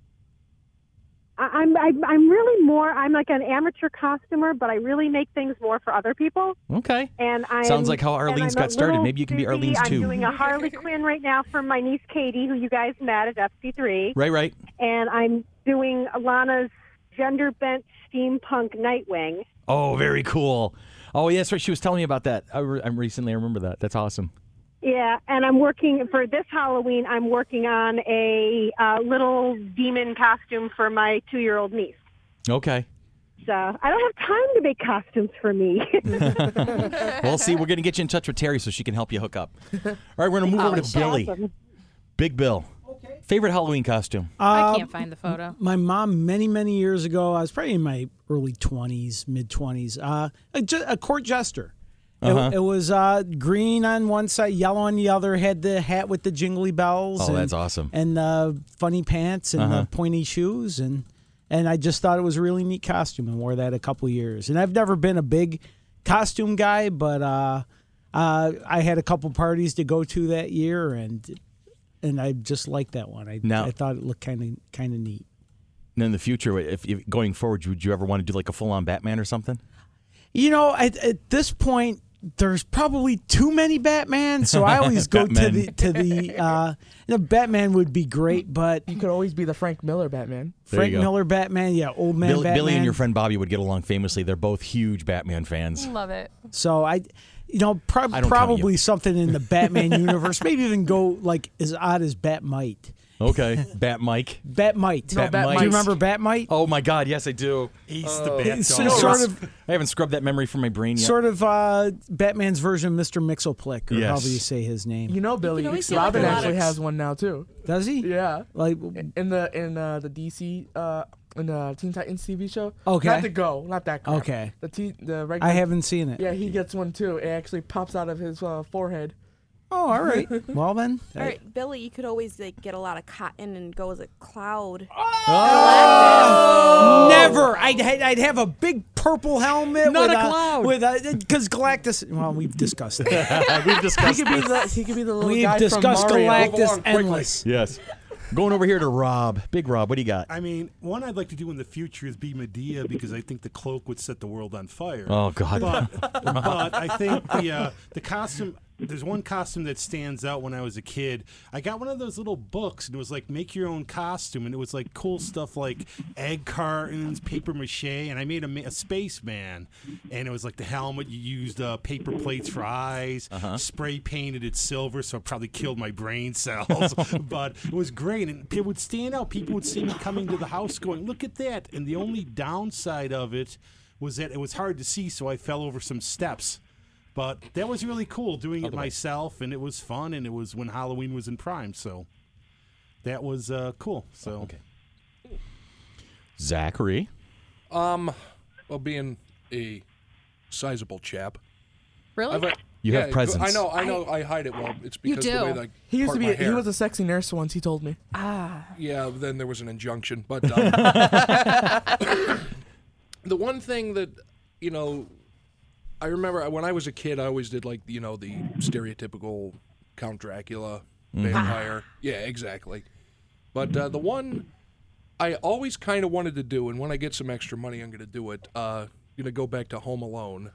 Speaker 9: I, I'm I, I'm really more I'm like an amateur costumer, but I really make things more for other people.
Speaker 1: Okay.
Speaker 9: And I
Speaker 1: Sounds like how Arlene's got started. Maybe you can be Arlene's
Speaker 9: I'm
Speaker 1: too.
Speaker 9: doing a Harley Quinn right now for my niece Katie, who you guys met at FC3,
Speaker 1: Right, right.
Speaker 9: and I'm doing Alana's gender bent steampunk Nightwing.
Speaker 1: Oh, very cool. Oh, yeah, that's right. She was telling me about that. I, re- I recently I remember that. That's awesome.
Speaker 9: Yeah, and I'm working for this Halloween. I'm working on a uh, little demon costume for my two-year-old niece.
Speaker 1: Okay.
Speaker 9: So I don't have time to make costumes for me.
Speaker 1: Well, see, we're going to get you in touch with Terry so she can help you hook up. All right, we're going to move over to Billy. Big Bill. Favorite Halloween costume?
Speaker 2: I can't find the photo.
Speaker 3: Uh, my mom many many years ago i was probably in my early 20s mid 20s uh, a, ju- a court jester It-
Speaker 1: Uh-huh.
Speaker 3: it, was uh, green on one side yellow on the other had the hat with the jingly bells
Speaker 1: Oh,
Speaker 3: and,
Speaker 1: that's awesome. Uh-huh.
Speaker 3: and the funny pants and the pointy shoes and and i just thought it was a really neat costume and wore that a couple years and i've never been a big costume guy but uh, uh, i had a couple parties to go to that year and and i just liked that one i,
Speaker 1: Now-
Speaker 3: I thought it looked kind of kind of neat
Speaker 1: And in the future, if, if going forward, would you ever want to do like a full on Batman or something?
Speaker 3: You know, at, at this point, there's probably too many Batman, so I always go to
Speaker 1: Batman.
Speaker 3: the to the. Uh, you know, Batman would be great, but
Speaker 6: You could always be the Frank Miller Batman.
Speaker 1: There you
Speaker 3: Frank
Speaker 1: go.
Speaker 3: Miller Batman, yeah, old man
Speaker 1: Bill,
Speaker 3: Batman.
Speaker 1: Billy and your friend Bobby would get along famously. They're both huge Batman fans.
Speaker 8: Love it.
Speaker 3: So I, you know, prob-
Speaker 1: I don't count
Speaker 3: probably
Speaker 1: you.
Speaker 3: something in the Batman universe. Maybe even go like as odd as Batmite.
Speaker 1: Okay. Bat Mike.
Speaker 3: Batmite.
Speaker 1: No, Batmite.
Speaker 3: Do you remember Batmite?
Speaker 1: Oh, my God. Yes, I do. Oh.
Speaker 4: He's the bad
Speaker 3: So-
Speaker 4: dog.
Speaker 3: so- Sort
Speaker 1: it's-
Speaker 3: of-
Speaker 1: I haven't scrubbed that memory from my brain yet.
Speaker 3: Sort of uh, Batman's version, of Mr. Mixelplick, or
Speaker 1: Yes.
Speaker 3: however you say his name.
Speaker 6: You know, Billy.
Speaker 2: always do, like,
Speaker 6: Robin
Speaker 2: a lot
Speaker 6: actually
Speaker 2: of-
Speaker 6: has one now too.
Speaker 3: Does he?
Speaker 6: Yeah.
Speaker 3: Like,
Speaker 6: In the in uh, the DC uh in the Teen Titans TV show.
Speaker 3: Okay.
Speaker 6: Not the Go, not that. Crap.
Speaker 3: Okay.
Speaker 6: The T the regular.
Speaker 3: I haven't seen it.
Speaker 6: Yeah, he gets one too. It actually pops out of his uh, forehead.
Speaker 3: Oh, all right. well then.
Speaker 5: All right, Billy, you could always like get a lot of cotton and go as a cloud.
Speaker 3: Oh! Never. I'd, ha- I'd have a big purple helmet.
Speaker 1: Not
Speaker 3: with
Speaker 1: a cloud.
Speaker 3: With a because Galactus. Well, we've discussed that.
Speaker 1: We've
Speaker 6: He
Speaker 1: discussed
Speaker 6: could be the he could be the little
Speaker 3: we've
Speaker 6: guy
Speaker 3: discussed
Speaker 6: from Mario.
Speaker 7: Move
Speaker 3: Galactus
Speaker 7: along quickly.
Speaker 3: endless.
Speaker 1: Yes. Going over here to Rob. Big Rob, what do you got?
Speaker 4: I mean, one I'd like to do in the future is be Medea because I think the cloak would set the world on fire.
Speaker 1: Oh, God.
Speaker 4: But, but I think the uh, the costume. There's one costume that stands out. When I was a kid, I got one of those little books, and it was like make your own costume, and it was like cool stuff like egg cartons, paper mache, and I made a, ma- a spaceman, and it was like the helmet. You used uh, paper plates for eyes, spray painted it silver, so it probably killed my brain cells. but it was great, and it would stand out. People would see me coming to the house, going, "Look at that!" And the only downside of it was that it was hard to see, so I fell over some steps. But that was really cool doing it myself, and it was fun, and it was when Halloween was in prime, so that was uh, cool. So
Speaker 1: Okay. Zachary.
Speaker 7: Um, well, being a sizable chap,
Speaker 2: Really?
Speaker 7: I've,
Speaker 1: You have
Speaker 7: yeah,
Speaker 1: presence.
Speaker 7: I know, I know, I hide it well. It's because
Speaker 2: do.
Speaker 7: the way that I
Speaker 6: He used
Speaker 7: part
Speaker 6: to be.
Speaker 7: my
Speaker 6: He
Speaker 7: hair.
Speaker 6: was a sexy nurse once. He told me.
Speaker 3: Ah.
Speaker 7: Yeah, then there was an injunction. But um, the one thing that, you know, I remember when I was a kid, I always did like, you know, the stereotypical Count Dracula
Speaker 1: Mm.
Speaker 7: vampire. yeah, exactly. But uh, the one I always kind of wanted to do, and when I get some extra money, I'm going to do it. Uh, going to go back to Home Alone.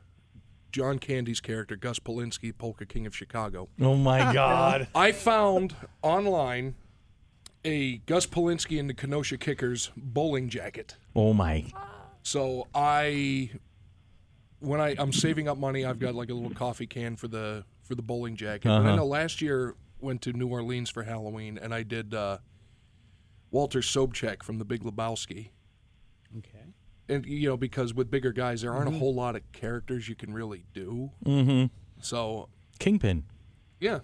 Speaker 7: John Candy's character, Gus Polinski, Polka King of Chicago.
Speaker 1: Oh, my God.
Speaker 7: I found online a Gus Polinski and the Kenosha Kickers bowling jacket.
Speaker 1: Oh, my.
Speaker 7: So I, when I I'm saving up money, I've got like a little coffee can for the for the bowling jacket.
Speaker 1: Uh-huh.
Speaker 7: But I know last year went to New Orleans for Halloween, and I did uh, Walter Sobchak from The Big Lebowski.
Speaker 3: Okay.
Speaker 7: and you know because with bigger guys there
Speaker 1: Mm-hmm.
Speaker 7: aren't a whole lot of characters you can really do. Mm-hmm. So
Speaker 1: Kingpin,
Speaker 7: yeah,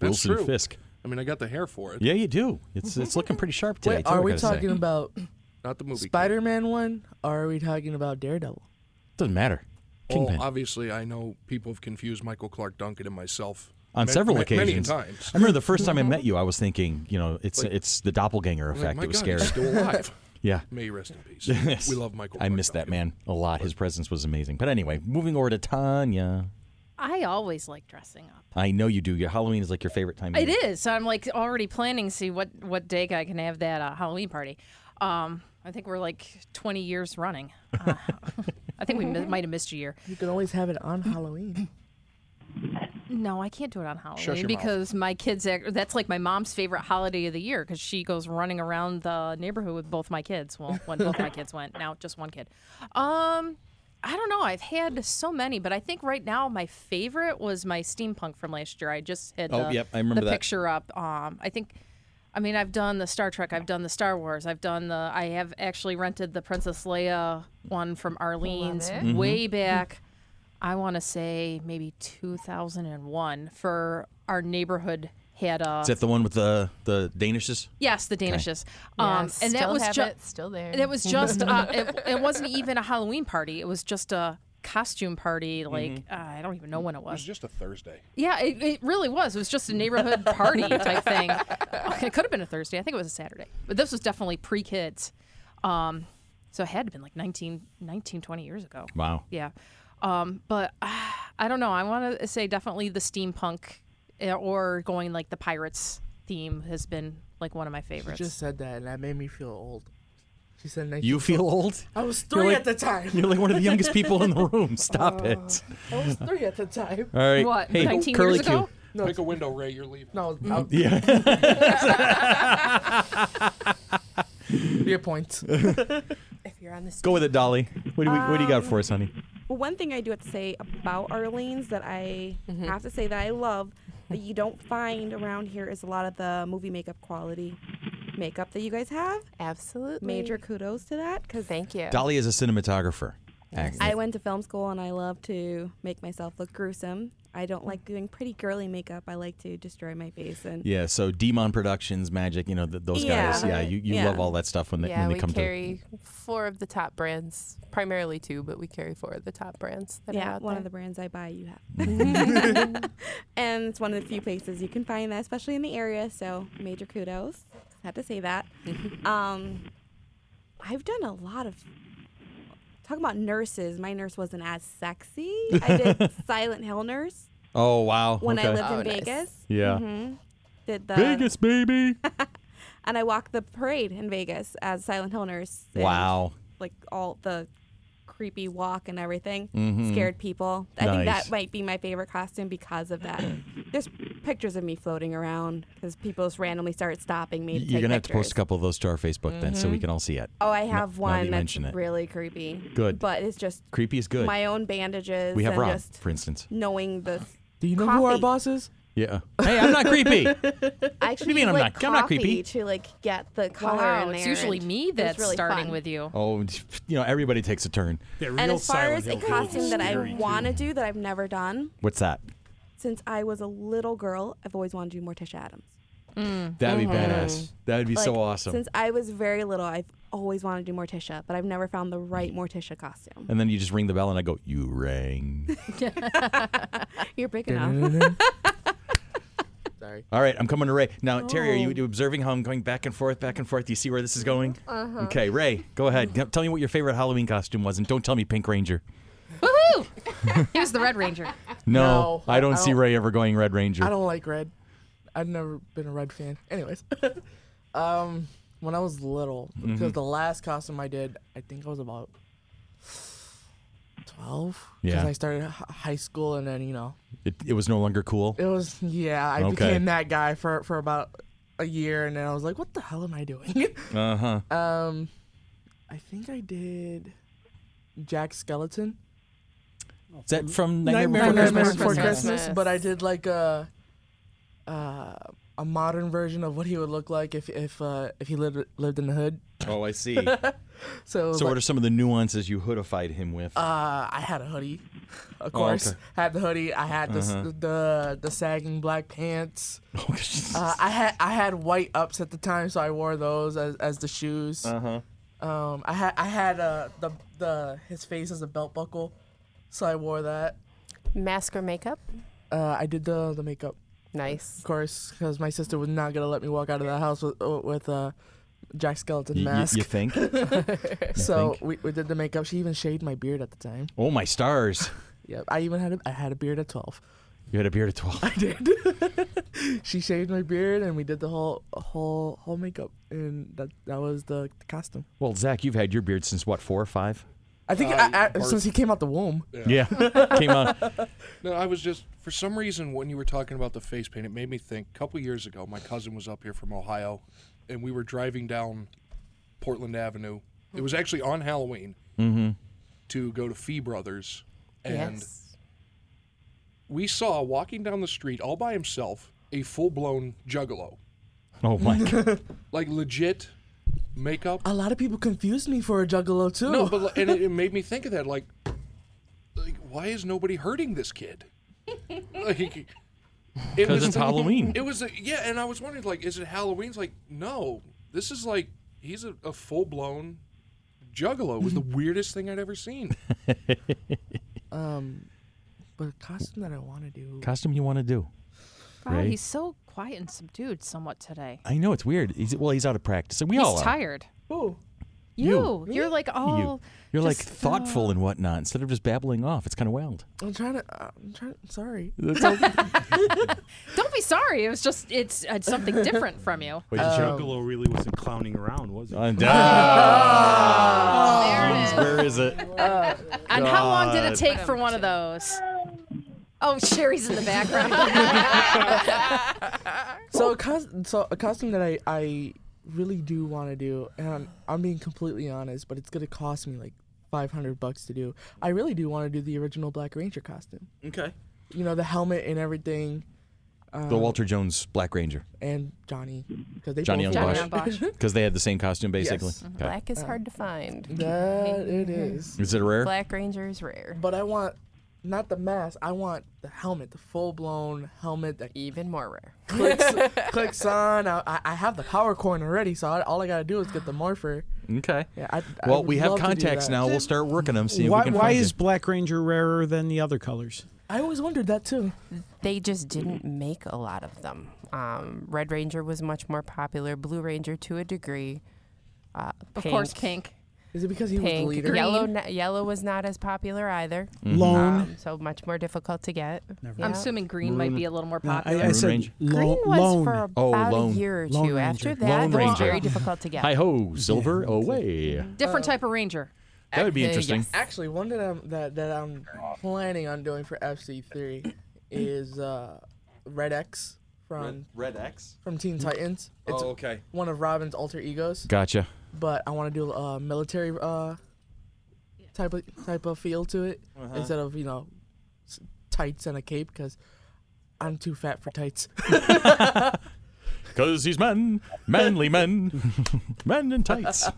Speaker 7: That's
Speaker 1: Wilson
Speaker 7: true.
Speaker 1: Fisk.
Speaker 7: I mean, I got the hair for it.
Speaker 1: Yeah, you do. It's it's looking pretty sharp today.
Speaker 6: Wait,
Speaker 1: too, I
Speaker 6: are we
Speaker 1: gotta say.
Speaker 6: talking about
Speaker 7: Not the movie King-
Speaker 6: Spider Man one? Or are we talking about Daredevil?
Speaker 1: Doesn't matter. Kingpin.
Speaker 7: Well, obviously, I know people have confused Michael Clark Duncan and myself
Speaker 1: on
Speaker 7: ma-
Speaker 1: several
Speaker 7: ma-
Speaker 1: occasions.
Speaker 7: many times.
Speaker 1: I remember the first time I met you, I was thinking, you know, it's
Speaker 7: Like-
Speaker 1: it's the doppelganger
Speaker 7: I'm like,
Speaker 1: effect.
Speaker 7: my
Speaker 1: it was
Speaker 7: God, he's
Speaker 1: scary.
Speaker 7: still alive.
Speaker 1: yeah.
Speaker 7: May he rest in peace.
Speaker 1: Yes.
Speaker 7: We love Michael.
Speaker 1: I
Speaker 7: Clark
Speaker 1: miss that
Speaker 7: Duncan.
Speaker 1: man a lot. His presence was amazing. But anyway, moving over to Tanya.
Speaker 2: I always like dressing up.
Speaker 1: I know you do. Your Halloween is like your favorite time. of
Speaker 2: It
Speaker 1: year.
Speaker 2: is. So I'm like already planning to see what what day I can have that uh, Halloween party. Um, I think we're like 20 years running. Uh, I think we mi- might have missed a year.
Speaker 6: You can always have it on Halloween.
Speaker 2: No, I can't do it on Halloween
Speaker 7: your mouth.
Speaker 2: because my kids. Act, that's like my mom's favorite holiday of the year because she goes running around the neighborhood with both my kids. Well, when both my kids went, now just one kid. Um, I don't know. I've had so many, but I think right now my favorite was my steampunk from last year. I just had
Speaker 1: Oh,
Speaker 2: the,
Speaker 1: yep, I remember
Speaker 2: the
Speaker 1: that.
Speaker 2: picture up. Um, I think. I mean, I've done the Star Trek, I've done the Star Wars, I've done the. I have actually rented the Princess Leia one from Arlene's
Speaker 8: it.
Speaker 1: Mm-hmm.
Speaker 2: way back. I want to say maybe 2001 for our neighborhood had a
Speaker 1: Is that the one with the the Danishes?
Speaker 2: yes the Danishes,
Speaker 8: Yeah,
Speaker 2: um, and that
Speaker 8: still
Speaker 2: was
Speaker 8: have
Speaker 2: just
Speaker 8: it, still there.
Speaker 2: it was just uh, it, it wasn't even a Halloween party. It was just a costume party. Like
Speaker 1: Mm-hmm.
Speaker 2: uh, I don't even know when it
Speaker 7: It was
Speaker 2: was.
Speaker 7: just a Thursday.
Speaker 2: Yeah, it, it really was. It was just a neighborhood party type thing. It could have been a Thursday. I think it was a Saturday, but this was definitely pre kids. Um, so it had to been like 19, 19 20 years ago.
Speaker 1: Wow.
Speaker 2: Yeah. Um, but uh, I don't know. I want to say definitely the steampunk eh, or going like the pirates theme has been like one of my favorites.
Speaker 6: She just said that, and that made me feel old. She said,
Speaker 1: You feel old?
Speaker 6: I was
Speaker 1: You're
Speaker 6: three
Speaker 1: like-
Speaker 6: at the time.
Speaker 1: You're like one of the youngest people in the room. Stop it.
Speaker 6: Oh. I was three at the time.
Speaker 1: All right.
Speaker 2: What,
Speaker 1: Hey,
Speaker 2: 19 years
Speaker 1: Curly
Speaker 2: ago?
Speaker 1: Q. Mm,
Speaker 7: Make a window, Ray. You're leaving.
Speaker 6: No, I'll,
Speaker 1: Yeah.
Speaker 6: your points.
Speaker 8: if you're on this
Speaker 1: Go with it, Dolly. What do, we, what do you got for us, honey?
Speaker 5: Um, Well, one thing I do have to say about Arlene's that I
Speaker 8: Mm-hmm.
Speaker 5: have to say that I love that you don't find around here is a lot of the movie makeup quality makeup that you guys have.
Speaker 8: absolutely
Speaker 5: Major kudos to that because
Speaker 8: Thank you.
Speaker 1: Dolly is a cinematographer.
Speaker 5: I went to film school and I love to make myself look gruesome. I don't like doing pretty girly makeup. I like to destroy my face and
Speaker 1: Yeah, so Demon Productions, Magic, you know, th- those guys.
Speaker 5: Yeah.
Speaker 1: Yeah, you, you
Speaker 5: Yeah.
Speaker 1: love all that stuff when they,
Speaker 8: yeah,
Speaker 1: when they
Speaker 8: we
Speaker 1: come
Speaker 8: carry four of the top brands, primarily two, but we carry four of the top brands that are
Speaker 5: yeah,
Speaker 8: out
Speaker 5: one
Speaker 8: there.
Speaker 5: of the brands I buy, you have. and it's one of the few places you can find that, especially in the area. So major kudos. Had to say that. um, I've done a lot of. Talk about nurses. My nurse wasn't as sexy. I did Silent Hill Nurse
Speaker 1: to. Oh, wow.
Speaker 5: when I
Speaker 1: okay.
Speaker 5: lived
Speaker 8: Oh,
Speaker 5: in
Speaker 8: nice.
Speaker 5: Vegas.
Speaker 1: Yeah.
Speaker 5: hmm Did the
Speaker 1: Vegas, baby.
Speaker 5: and I walked the parade in Vegas as Silent Hill Nurse. and,
Speaker 1: wow.
Speaker 5: Like all the creepy walk and everything scared people. I think
Speaker 1: Mm-hmm. Nice.
Speaker 5: that might be my favorite costume because of that. There's pictures of me floating around because people just randomly start stopping me. To
Speaker 1: You're
Speaker 5: take
Speaker 1: going to have to post
Speaker 5: pictures.
Speaker 1: a couple of those to our Facebook then so
Speaker 6: Mm-hmm.
Speaker 1: we can all see it.
Speaker 5: Oh, I have
Speaker 1: that you
Speaker 5: one that's
Speaker 1: mention it.
Speaker 5: really creepy.
Speaker 1: Good.
Speaker 5: but it's just
Speaker 1: Creepy is good.
Speaker 5: my own bandages.
Speaker 1: we have
Speaker 5: and
Speaker 1: Rob,
Speaker 5: just
Speaker 1: for instance.
Speaker 5: knowing the.
Speaker 6: Do you know who our
Speaker 5: Coffee.
Speaker 6: boss is?
Speaker 1: Yeah. Hey, I'm not creepy.
Speaker 5: I actually
Speaker 1: mean
Speaker 5: use,
Speaker 1: I'm
Speaker 5: like
Speaker 1: not- I'm not
Speaker 5: coffee
Speaker 1: creepy?
Speaker 5: To like get the color in
Speaker 2: wow,
Speaker 5: there.
Speaker 2: it's usually
Speaker 5: and
Speaker 2: me
Speaker 5: it was
Speaker 2: that's
Speaker 5: really
Speaker 2: starting
Speaker 5: fun.
Speaker 2: with you.
Speaker 1: oh, you know, everybody takes a turn.
Speaker 4: That real
Speaker 5: And as far
Speaker 4: Silent
Speaker 5: as a
Speaker 4: Hill thing
Speaker 5: costume
Speaker 4: is
Speaker 5: that I
Speaker 4: scary, too.
Speaker 5: want to do that I've never done,
Speaker 1: What's that?
Speaker 5: since I was a little girl, I've always wanted to do Morticia Adams.
Speaker 2: Mm.
Speaker 1: That'd be badass. That'd be so
Speaker 5: Mm-hmm. Like,
Speaker 1: awesome.
Speaker 5: Since I was very little, I've always wanted to do Morticia, but I've never found the right Morticia costume.
Speaker 1: and then you just ring the bell and I go, You rang.
Speaker 5: You're big enough.
Speaker 6: Sorry.
Speaker 1: all right, I'm coming to Ray. Now, Terry, are you,
Speaker 5: Oh.
Speaker 1: you observing how I'm going back and forth, back and forth? Do you see where this is going? Uh-huh. Okay, Ray, go ahead. T- Tell me what your favorite Halloween costume was and don't tell me Pink Ranger.
Speaker 2: Woohoo! he was the Red Ranger.
Speaker 1: No,
Speaker 6: No,
Speaker 1: I don't
Speaker 6: I
Speaker 1: see
Speaker 5: Oh.
Speaker 6: don't-
Speaker 1: Ray ever going Red Ranger.
Speaker 6: I don't like red. I've never been a red fan. Anyways, um, when I was little,
Speaker 1: Mm-hmm.
Speaker 6: because the last costume I did, I think I was about twelve.
Speaker 1: Yeah.
Speaker 6: Because I started h- high school, and then you know,
Speaker 1: It, it was no longer cool.
Speaker 6: it was yeah. I
Speaker 1: Okay.
Speaker 6: became that guy for for about a year, and then I was like, what the hell am I doing?
Speaker 1: Uh huh.
Speaker 6: um, I think I did Jack Skeleton.
Speaker 1: Is that from
Speaker 3: Nightmare
Speaker 1: Nightmare, Before
Speaker 6: Nightmare
Speaker 1: Christmas?
Speaker 6: Before
Speaker 8: Christmas.
Speaker 6: Christmas, but I did like a uh, a modern version of what he would look like if if uh, if he lived lived in the hood.
Speaker 1: Oh, I see.
Speaker 6: So, it was
Speaker 1: so,
Speaker 6: like,
Speaker 1: what are some of the nuances you hoodified him with?
Speaker 6: uh, I had a hoodie, of course.
Speaker 1: Oh, okay. Uh-huh.
Speaker 6: Had the hoodie. I had the s the the sagging black pants.
Speaker 1: Oh,
Speaker 6: Uh, I had I had white ups at the time, so I wore those as, as the shoes.
Speaker 1: Uh-huh.
Speaker 6: Um, I had I had uh, the the his face as a belt buckle, so I wore that.
Speaker 8: Mask or makeup?
Speaker 6: Uh, I did the the makeup,
Speaker 8: Nice.
Speaker 6: of course, because my sister was not gonna let me walk out of the house with uh, with uh, Jack Skeleton
Speaker 1: Y- y-
Speaker 6: mask.
Speaker 1: you think?
Speaker 6: so
Speaker 1: think?
Speaker 6: we, we did the makeup. She even shaved my beard at the time.
Speaker 1: Oh my stars!
Speaker 6: Yep, I even had a, I had a beard at twelve.
Speaker 1: You had a beard at twelve.
Speaker 6: I did. she shaved my beard, and we did the whole whole whole makeup, and that that was the, the costume.
Speaker 1: Well, Zach, you've had your beard since what, four or five?
Speaker 6: I think
Speaker 7: Uh,
Speaker 6: I, I,
Speaker 7: Bart-
Speaker 6: since he came out the womb.
Speaker 1: Yeah, came out.
Speaker 7: No, I was just for some reason when you were talking about the face paint, it made me think. A couple years ago, my cousin was up here from Ohio, and we were driving down Portland Avenue. It was actually on Halloween
Speaker 1: Mm-hmm.
Speaker 7: to go to Fee Brothers, and
Speaker 8: yes.
Speaker 7: we saw walking down the street all by himself a full-blown juggalo,
Speaker 1: Oh my god!
Speaker 7: like legit makeup.
Speaker 6: A lot of people confused me for a juggalo too.
Speaker 7: No, but li- and it, it made me think of that. Like, like why is nobody hurting this kid? Like, it
Speaker 1: 'Cause it's Halloween.
Speaker 7: It was a, yeah, and I was wondering like, is it Halloween's? Like, no, this is like he's a, a full blown juggalo. It was the weirdest thing I'd ever seen.
Speaker 6: um, but a costume that I want to do.
Speaker 1: Costume you want to do?
Speaker 2: Wow,
Speaker 1: Right.
Speaker 2: he's so quiet and subdued somewhat today.
Speaker 1: I know it's weird. He's, well, he's out of practice, and we all
Speaker 2: he's
Speaker 1: are.
Speaker 2: tired.
Speaker 6: Who?
Speaker 2: You, you. are like
Speaker 1: You,
Speaker 2: all.
Speaker 1: you're like
Speaker 2: just, uh,
Speaker 1: thoughtful and whatnot instead of just babbling off. It's kind of wild.
Speaker 6: I'm trying to. Uh, I'm trying. Sorry.
Speaker 2: Don't be sorry. It was just it's, it's something different from you. Uh,
Speaker 4: But Juggalo really wasn't clowning around, was he?
Speaker 2: Ah!
Speaker 6: Oh.
Speaker 1: Where is it?
Speaker 2: And how long did
Speaker 1: God.
Speaker 2: it take for one of those? Oh, Sherry's in the background.
Speaker 6: So a cos- so a costume that I I really do want to do, and I'm, I'm being completely honest, but it's gonna cost me like 500 bucks to do. I really do want to do the original Black Ranger costume.
Speaker 1: Okay.
Speaker 6: You know the helmet and everything, um,
Speaker 1: The Walter Jones Black Ranger,
Speaker 6: and Johnny because Uh, they
Speaker 1: Johnny
Speaker 6: both
Speaker 1: Young
Speaker 6: look-
Speaker 1: Bosch.
Speaker 2: Johnny Bosch.
Speaker 1: because they had the same costume basically.
Speaker 6: Yes. Uh,
Speaker 1: Okay.
Speaker 8: Black is hard to find.
Speaker 6: That it is.
Speaker 1: Is it rare?
Speaker 8: Black Ranger is rare.
Speaker 6: But I want not the mask. I want the helmet, the full blown helmet that
Speaker 8: Even more rare.
Speaker 6: clicks clicks on. I, I- I have the power coin already, so I, all I gotta do is get the morpher.
Speaker 1: Okay.
Speaker 6: Yeah, I, I
Speaker 1: Well,
Speaker 6: would
Speaker 1: we have
Speaker 6: love to do
Speaker 1: contacts
Speaker 6: that.
Speaker 1: now. We'll start working them. See if we
Speaker 3: Why,
Speaker 1: can
Speaker 3: why
Speaker 1: find
Speaker 3: is
Speaker 1: you.
Speaker 3: Black Ranger rarer than the other colors?
Speaker 6: I always wondered that too.
Speaker 8: They just didn't make a lot of them. Um, Red Ranger was much more popular. Blue Ranger to a degree. Uh,
Speaker 2: Of course, pink.
Speaker 6: Is it because he was the
Speaker 8: Pink.
Speaker 6: leader?
Speaker 8: Yellow. n- Yellow was not as popular either.
Speaker 3: Lone.
Speaker 8: Um, so much more difficult to get.
Speaker 2: I'm
Speaker 8: Yeah.
Speaker 2: assuming green might be a little more
Speaker 3: No,
Speaker 2: popular.
Speaker 3: I, I said
Speaker 1: Ranger.
Speaker 3: lo-
Speaker 8: Green was
Speaker 3: lone.
Speaker 8: for about
Speaker 1: Oh,
Speaker 8: a
Speaker 1: Lone-
Speaker 8: year or two.
Speaker 3: Lone
Speaker 8: After
Speaker 3: Ranger.
Speaker 8: that,
Speaker 1: Lone
Speaker 8: it was
Speaker 1: Ranger.
Speaker 8: very difficult to get.
Speaker 1: Hi ho, silver away.
Speaker 2: Different type of ranger.
Speaker 1: That would be
Speaker 8: Uh,
Speaker 1: interesting.
Speaker 8: yes.
Speaker 6: Actually, one that I'm that, that I'm planning on doing for FC3 is uh, Red X from
Speaker 1: Red X. Oh,
Speaker 6: from Teen Titans. It's
Speaker 1: okay.
Speaker 6: one of Robin's alter egos,
Speaker 1: Gotcha.
Speaker 6: but I want to do a military uh, type of type of feel to it
Speaker 1: Uh-huh.
Speaker 6: instead of you know s- tights and a cape because I'm too fat for tights.
Speaker 1: Cause he's men, manly men, men in tights.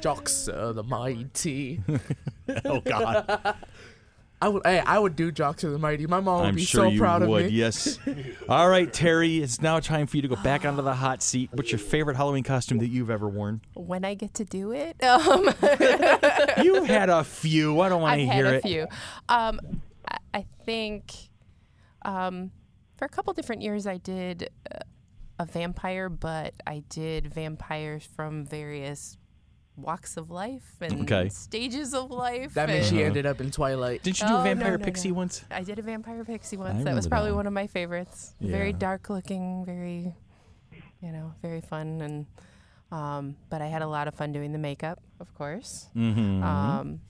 Speaker 6: Jocks are the mighty.
Speaker 1: oh God,
Speaker 6: I would hey, I would do Jocks are the mighty. My mom would
Speaker 1: I'm
Speaker 6: be
Speaker 1: sure
Speaker 6: so
Speaker 1: you
Speaker 6: proud
Speaker 1: would.
Speaker 6: of me.
Speaker 1: Yes. All right, Terry, it's now time for you to go back onto the hot seat. What's your favorite Halloween costume that you've ever worn?
Speaker 8: When I get to do it, um,
Speaker 1: You've had a few. I don't want to
Speaker 8: I've had
Speaker 1: hear
Speaker 8: a
Speaker 1: it.
Speaker 8: few. Um, I, I think um, for a couple different years I did uh, a vampire, but I did vampires from various walks of life and
Speaker 1: Okay.
Speaker 8: stages of life.
Speaker 6: That means
Speaker 8: and-
Speaker 6: she ended up in Twilight.
Speaker 1: Didn't you do
Speaker 8: Oh, no,
Speaker 1: Vampire
Speaker 8: no, no.
Speaker 1: Pixie once?
Speaker 8: I did a vampire pixie
Speaker 1: I
Speaker 8: once. That was
Speaker 1: remember that
Speaker 8: probably
Speaker 1: one.
Speaker 8: one of my favorites. Very
Speaker 1: Yeah.
Speaker 8: dark looking, very, you know, very fun. And, um, but I had a lot of fun doing the makeup, of course.
Speaker 1: Mm-hmm.
Speaker 8: Um,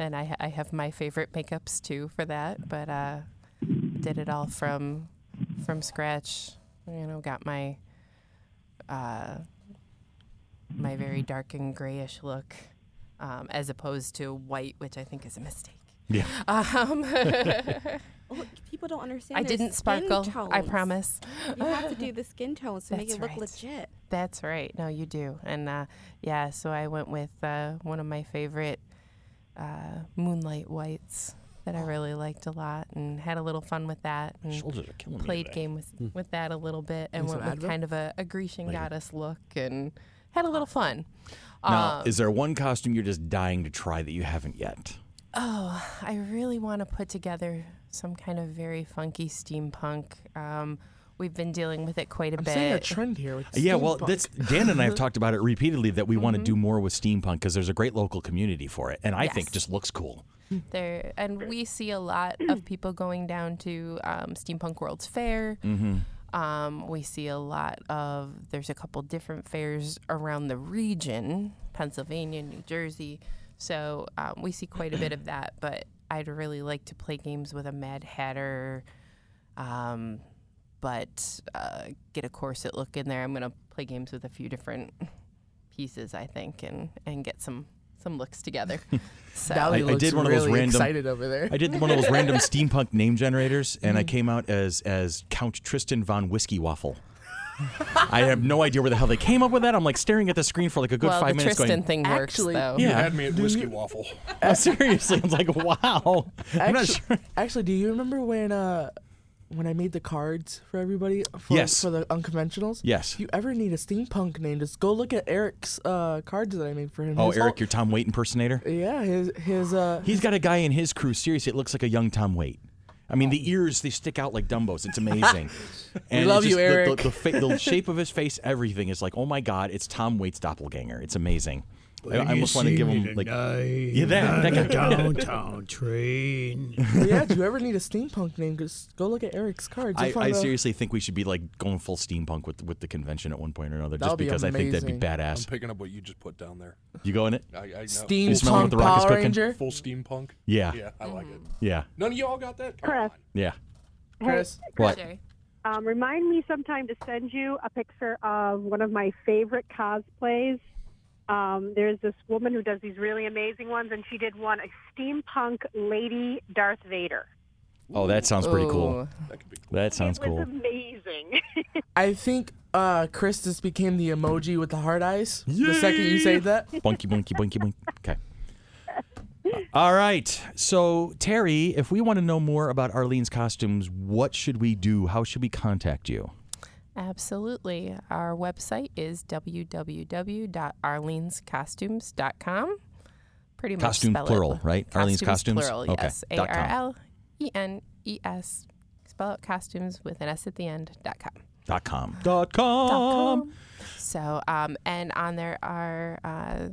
Speaker 8: and I, ha- I have my favorite makeups too for that, but uh, did it all from from scratch. You know, got my uh, my
Speaker 1: Mm-hmm.
Speaker 8: very dark and grayish look, um, as opposed to white, which I think is a mistake.
Speaker 1: Yeah.
Speaker 8: Um,
Speaker 5: Look, people don't understand.
Speaker 8: I
Speaker 5: their
Speaker 8: didn't
Speaker 5: skin
Speaker 8: sparkle. I
Speaker 5: tones.
Speaker 8: promise.
Speaker 5: You have to do the skin tones to make
Speaker 8: That's
Speaker 5: it look
Speaker 8: right.
Speaker 5: legit.
Speaker 8: That's right. No, you do. And uh, yeah, so I went with uh, one of my favorite uh, moonlight whites that
Speaker 1: Oh.
Speaker 8: I really liked a lot, and had a little fun with that, and
Speaker 1: Shoulders are killing me.
Speaker 8: played
Speaker 1: today. Hmm.
Speaker 8: game with with that a little bit, and
Speaker 6: Need some
Speaker 8: went with
Speaker 6: Advil?
Speaker 8: kind of a, a Grecian goddess look, and had a little fun.
Speaker 1: Ah. Now,
Speaker 8: Um,
Speaker 1: is there one costume you're just dying to try that you haven't yet?
Speaker 8: Oh, I really want to put together some kind of very funky steampunk. Um, we've been dealing with it quite a
Speaker 6: I'm
Speaker 8: bit.
Speaker 6: seeing a trend here. With
Speaker 1: Uh, Yeah, well,
Speaker 6: steampunk. Mm-hmm.
Speaker 1: that's Dan and I have talked about it repeatedly that we want to do more with steampunk because there's a great local community for it, and I think
Speaker 8: Yes.
Speaker 1: just looks cool.
Speaker 8: there, and we see a lot of people going down to um, Steampunk World's Fair. Um, we see a lot of there's a couple different fairs around the region, Pennsylvania, New Jersey. So um, we see quite a bit of that. But I'd really like to play games with a Mad Hatter, um, but uh, get a corset look in there. I'm gonna play games with a few different pieces, I think, and and get some some looks together. so
Speaker 6: Dolly
Speaker 1: I- I
Speaker 6: looks
Speaker 1: did one of
Speaker 6: really
Speaker 1: those random-
Speaker 6: excited over there. Mm-hmm.
Speaker 1: I did one of those random steampunk name generators, and I came out as as Count Tristan von Whiskey Waffle. I have no idea where the hell they came up with that. I'm like staring at the screen for like a good
Speaker 8: well,
Speaker 1: five
Speaker 8: the
Speaker 1: minutes,
Speaker 8: Tristan
Speaker 1: going,
Speaker 8: thing works
Speaker 6: Actually-
Speaker 8: though.
Speaker 1: Yeah.
Speaker 7: You had me at whiskey waffle.
Speaker 1: "Oh, seriously. I'm like, wow. I'm not
Speaker 6: Actu-
Speaker 1: sure.
Speaker 6: Actually, do you remember when uh when I made the cards for everybody for,
Speaker 1: Yes.
Speaker 6: for the unconventionals?
Speaker 1: Yes.
Speaker 6: If you ever need a steampunk name, just go look at Eric's uh cards that I made for him.
Speaker 1: Oh,
Speaker 6: His-
Speaker 1: Eric, your Tom Waite impersonator.
Speaker 6: yeah, his his uh
Speaker 1: He's got a guy in his crew. Seriously, it looks like a young Tom Waite. I mean, the ears they stick out like Dumbo's. It's amazing. and
Speaker 6: Oh. love
Speaker 1: it's
Speaker 6: you,
Speaker 1: just the-
Speaker 6: Eric.
Speaker 1: The, the, fa- the shape of his face, everything is like, oh my god, it's Tom Waite's doppelganger. It's amazing. I, I almost want to give him like, yeah, that, that guy.
Speaker 3: downtown train.
Speaker 6: yeah, do you ever need a steampunk name? Just go look at Eric's cards.
Speaker 1: I,
Speaker 6: You'll
Speaker 1: I
Speaker 6: find a-
Speaker 1: seriously think we should be like going full steampunk with with the convention at one point or another,
Speaker 6: That
Speaker 1: just
Speaker 6: would be
Speaker 1: because I think that'd be
Speaker 6: amazing.
Speaker 7: I'm
Speaker 1: badass.
Speaker 7: picking up what you just put down there.
Speaker 1: You go in it?
Speaker 7: I, I know.
Speaker 1: You smelling what
Speaker 6: steampunk
Speaker 1: the Rock is
Speaker 6: Power
Speaker 1: cooking?
Speaker 6: Ranger.
Speaker 7: Full steampunk.
Speaker 1: Yeah, yeah,
Speaker 7: Yeah, I like it.
Speaker 1: yeah.
Speaker 7: None of y'all got that? Come
Speaker 9: Chris.
Speaker 7: on.
Speaker 6: Chris,
Speaker 1: What?
Speaker 9: Um, remind me sometime to send you a picture of one of my favorite cosplays. Um, there's this woman who does these really amazing ones, and she did one a steampunk lady Darth Vader.
Speaker 1: Oh, that sounds pretty cool.
Speaker 8: Ooh.
Speaker 7: That could be cool.
Speaker 1: That sounds
Speaker 9: it was
Speaker 1: cool.
Speaker 9: amazing.
Speaker 6: I think uh Chris just became the emoji with the hard eyes. The second you say that,
Speaker 1: Bunky, bunky, bunky, bunky. Okay. All right. So, Terry, if we want to know more about Arlene's costumes, what should we do? How should we contact you?
Speaker 8: Absolutely. Our website is www.arlenescostumes.com. Pretty much
Speaker 1: Costumes
Speaker 8: spell it.
Speaker 1: plural, right? Arlene's Costumes?
Speaker 8: Plural,
Speaker 1: Okay.
Speaker 8: yes. A
Speaker 1: Dot com.
Speaker 8: R L E N E S. Spell out costumes with an S at the end. Dot com.
Speaker 1: Dot com. Dot com.
Speaker 8: So, um, and on there are uh,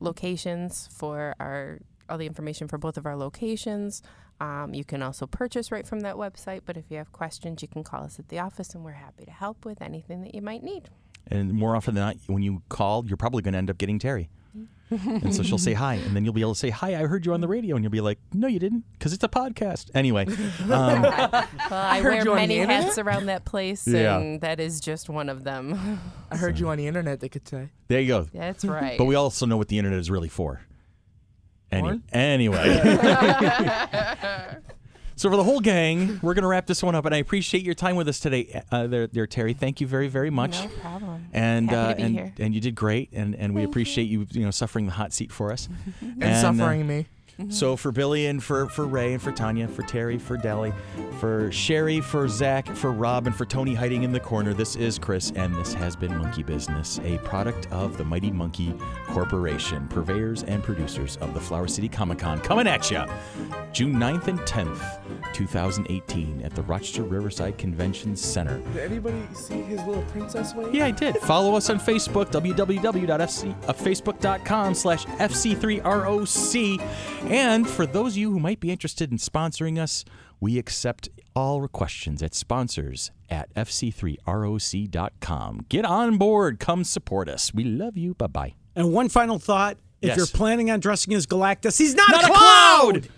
Speaker 8: locations for our all the information for both of our locations. Um, you can also purchase right from that website. But if you have questions, you can call us at the office, and we're happy to help with anything that you might need.
Speaker 1: And more often than not, when you call, you're probably going to end up getting Terry. and so she'll say hi, and then you'll be able to say, Hi, I heard you on the radio. And you'll be like, No, you didn't, because it's a podcast. Anyway, um,
Speaker 8: Well, I,
Speaker 6: heard
Speaker 8: wear
Speaker 6: you on the
Speaker 8: many
Speaker 6: internet.
Speaker 8: hats around that place,
Speaker 1: Yeah.
Speaker 8: and that is just one of them.
Speaker 6: I heard you on the internet. They could say
Speaker 1: there you go.
Speaker 8: That's right.
Speaker 1: But we also know what the internet is really for. Any-
Speaker 6: Porn?
Speaker 1: anyway. so for the whole gang, we're going to wrap this one up, and I appreciate your time with us today, uh, there, there, Terry. Thank you very, very much.
Speaker 8: no problem.
Speaker 1: And uh,
Speaker 8: Happy to be
Speaker 1: and
Speaker 8: here.
Speaker 1: and you did great, and, and we appreciate you. you know suffering the hot seat for us, and,
Speaker 6: and
Speaker 1: uh,
Speaker 6: suffering me.
Speaker 1: so for Billy and for, for Ray and for Tanya, for Terry, for Deli, for Sherry, for Zach, for Rob, and for Tony hiding in the corner, this is Chris, and this has been Monkey Business, a product of the Mighty Monkey Corporation, purveyors and producers of the Flower City Comic Con, coming at ya June 9th and 10th, 2018, at the Rochester Riverside Convention Center.
Speaker 6: Did anybody see his little princess wave?
Speaker 1: Yeah, I did. Follow us on Facebook, www.fc, uh, facebook.com slash fc3roc. And for those of you who might be interested in sponsoring us, we accept all questions at sponsors at fc3roc.com. Get on board. Come support us. We love you. Bye-bye.
Speaker 3: And one final thought: if
Speaker 1: Yes.
Speaker 3: you're planning on dressing as Galactus, he's not,
Speaker 1: Not a
Speaker 3: a cloud!
Speaker 1: cloud!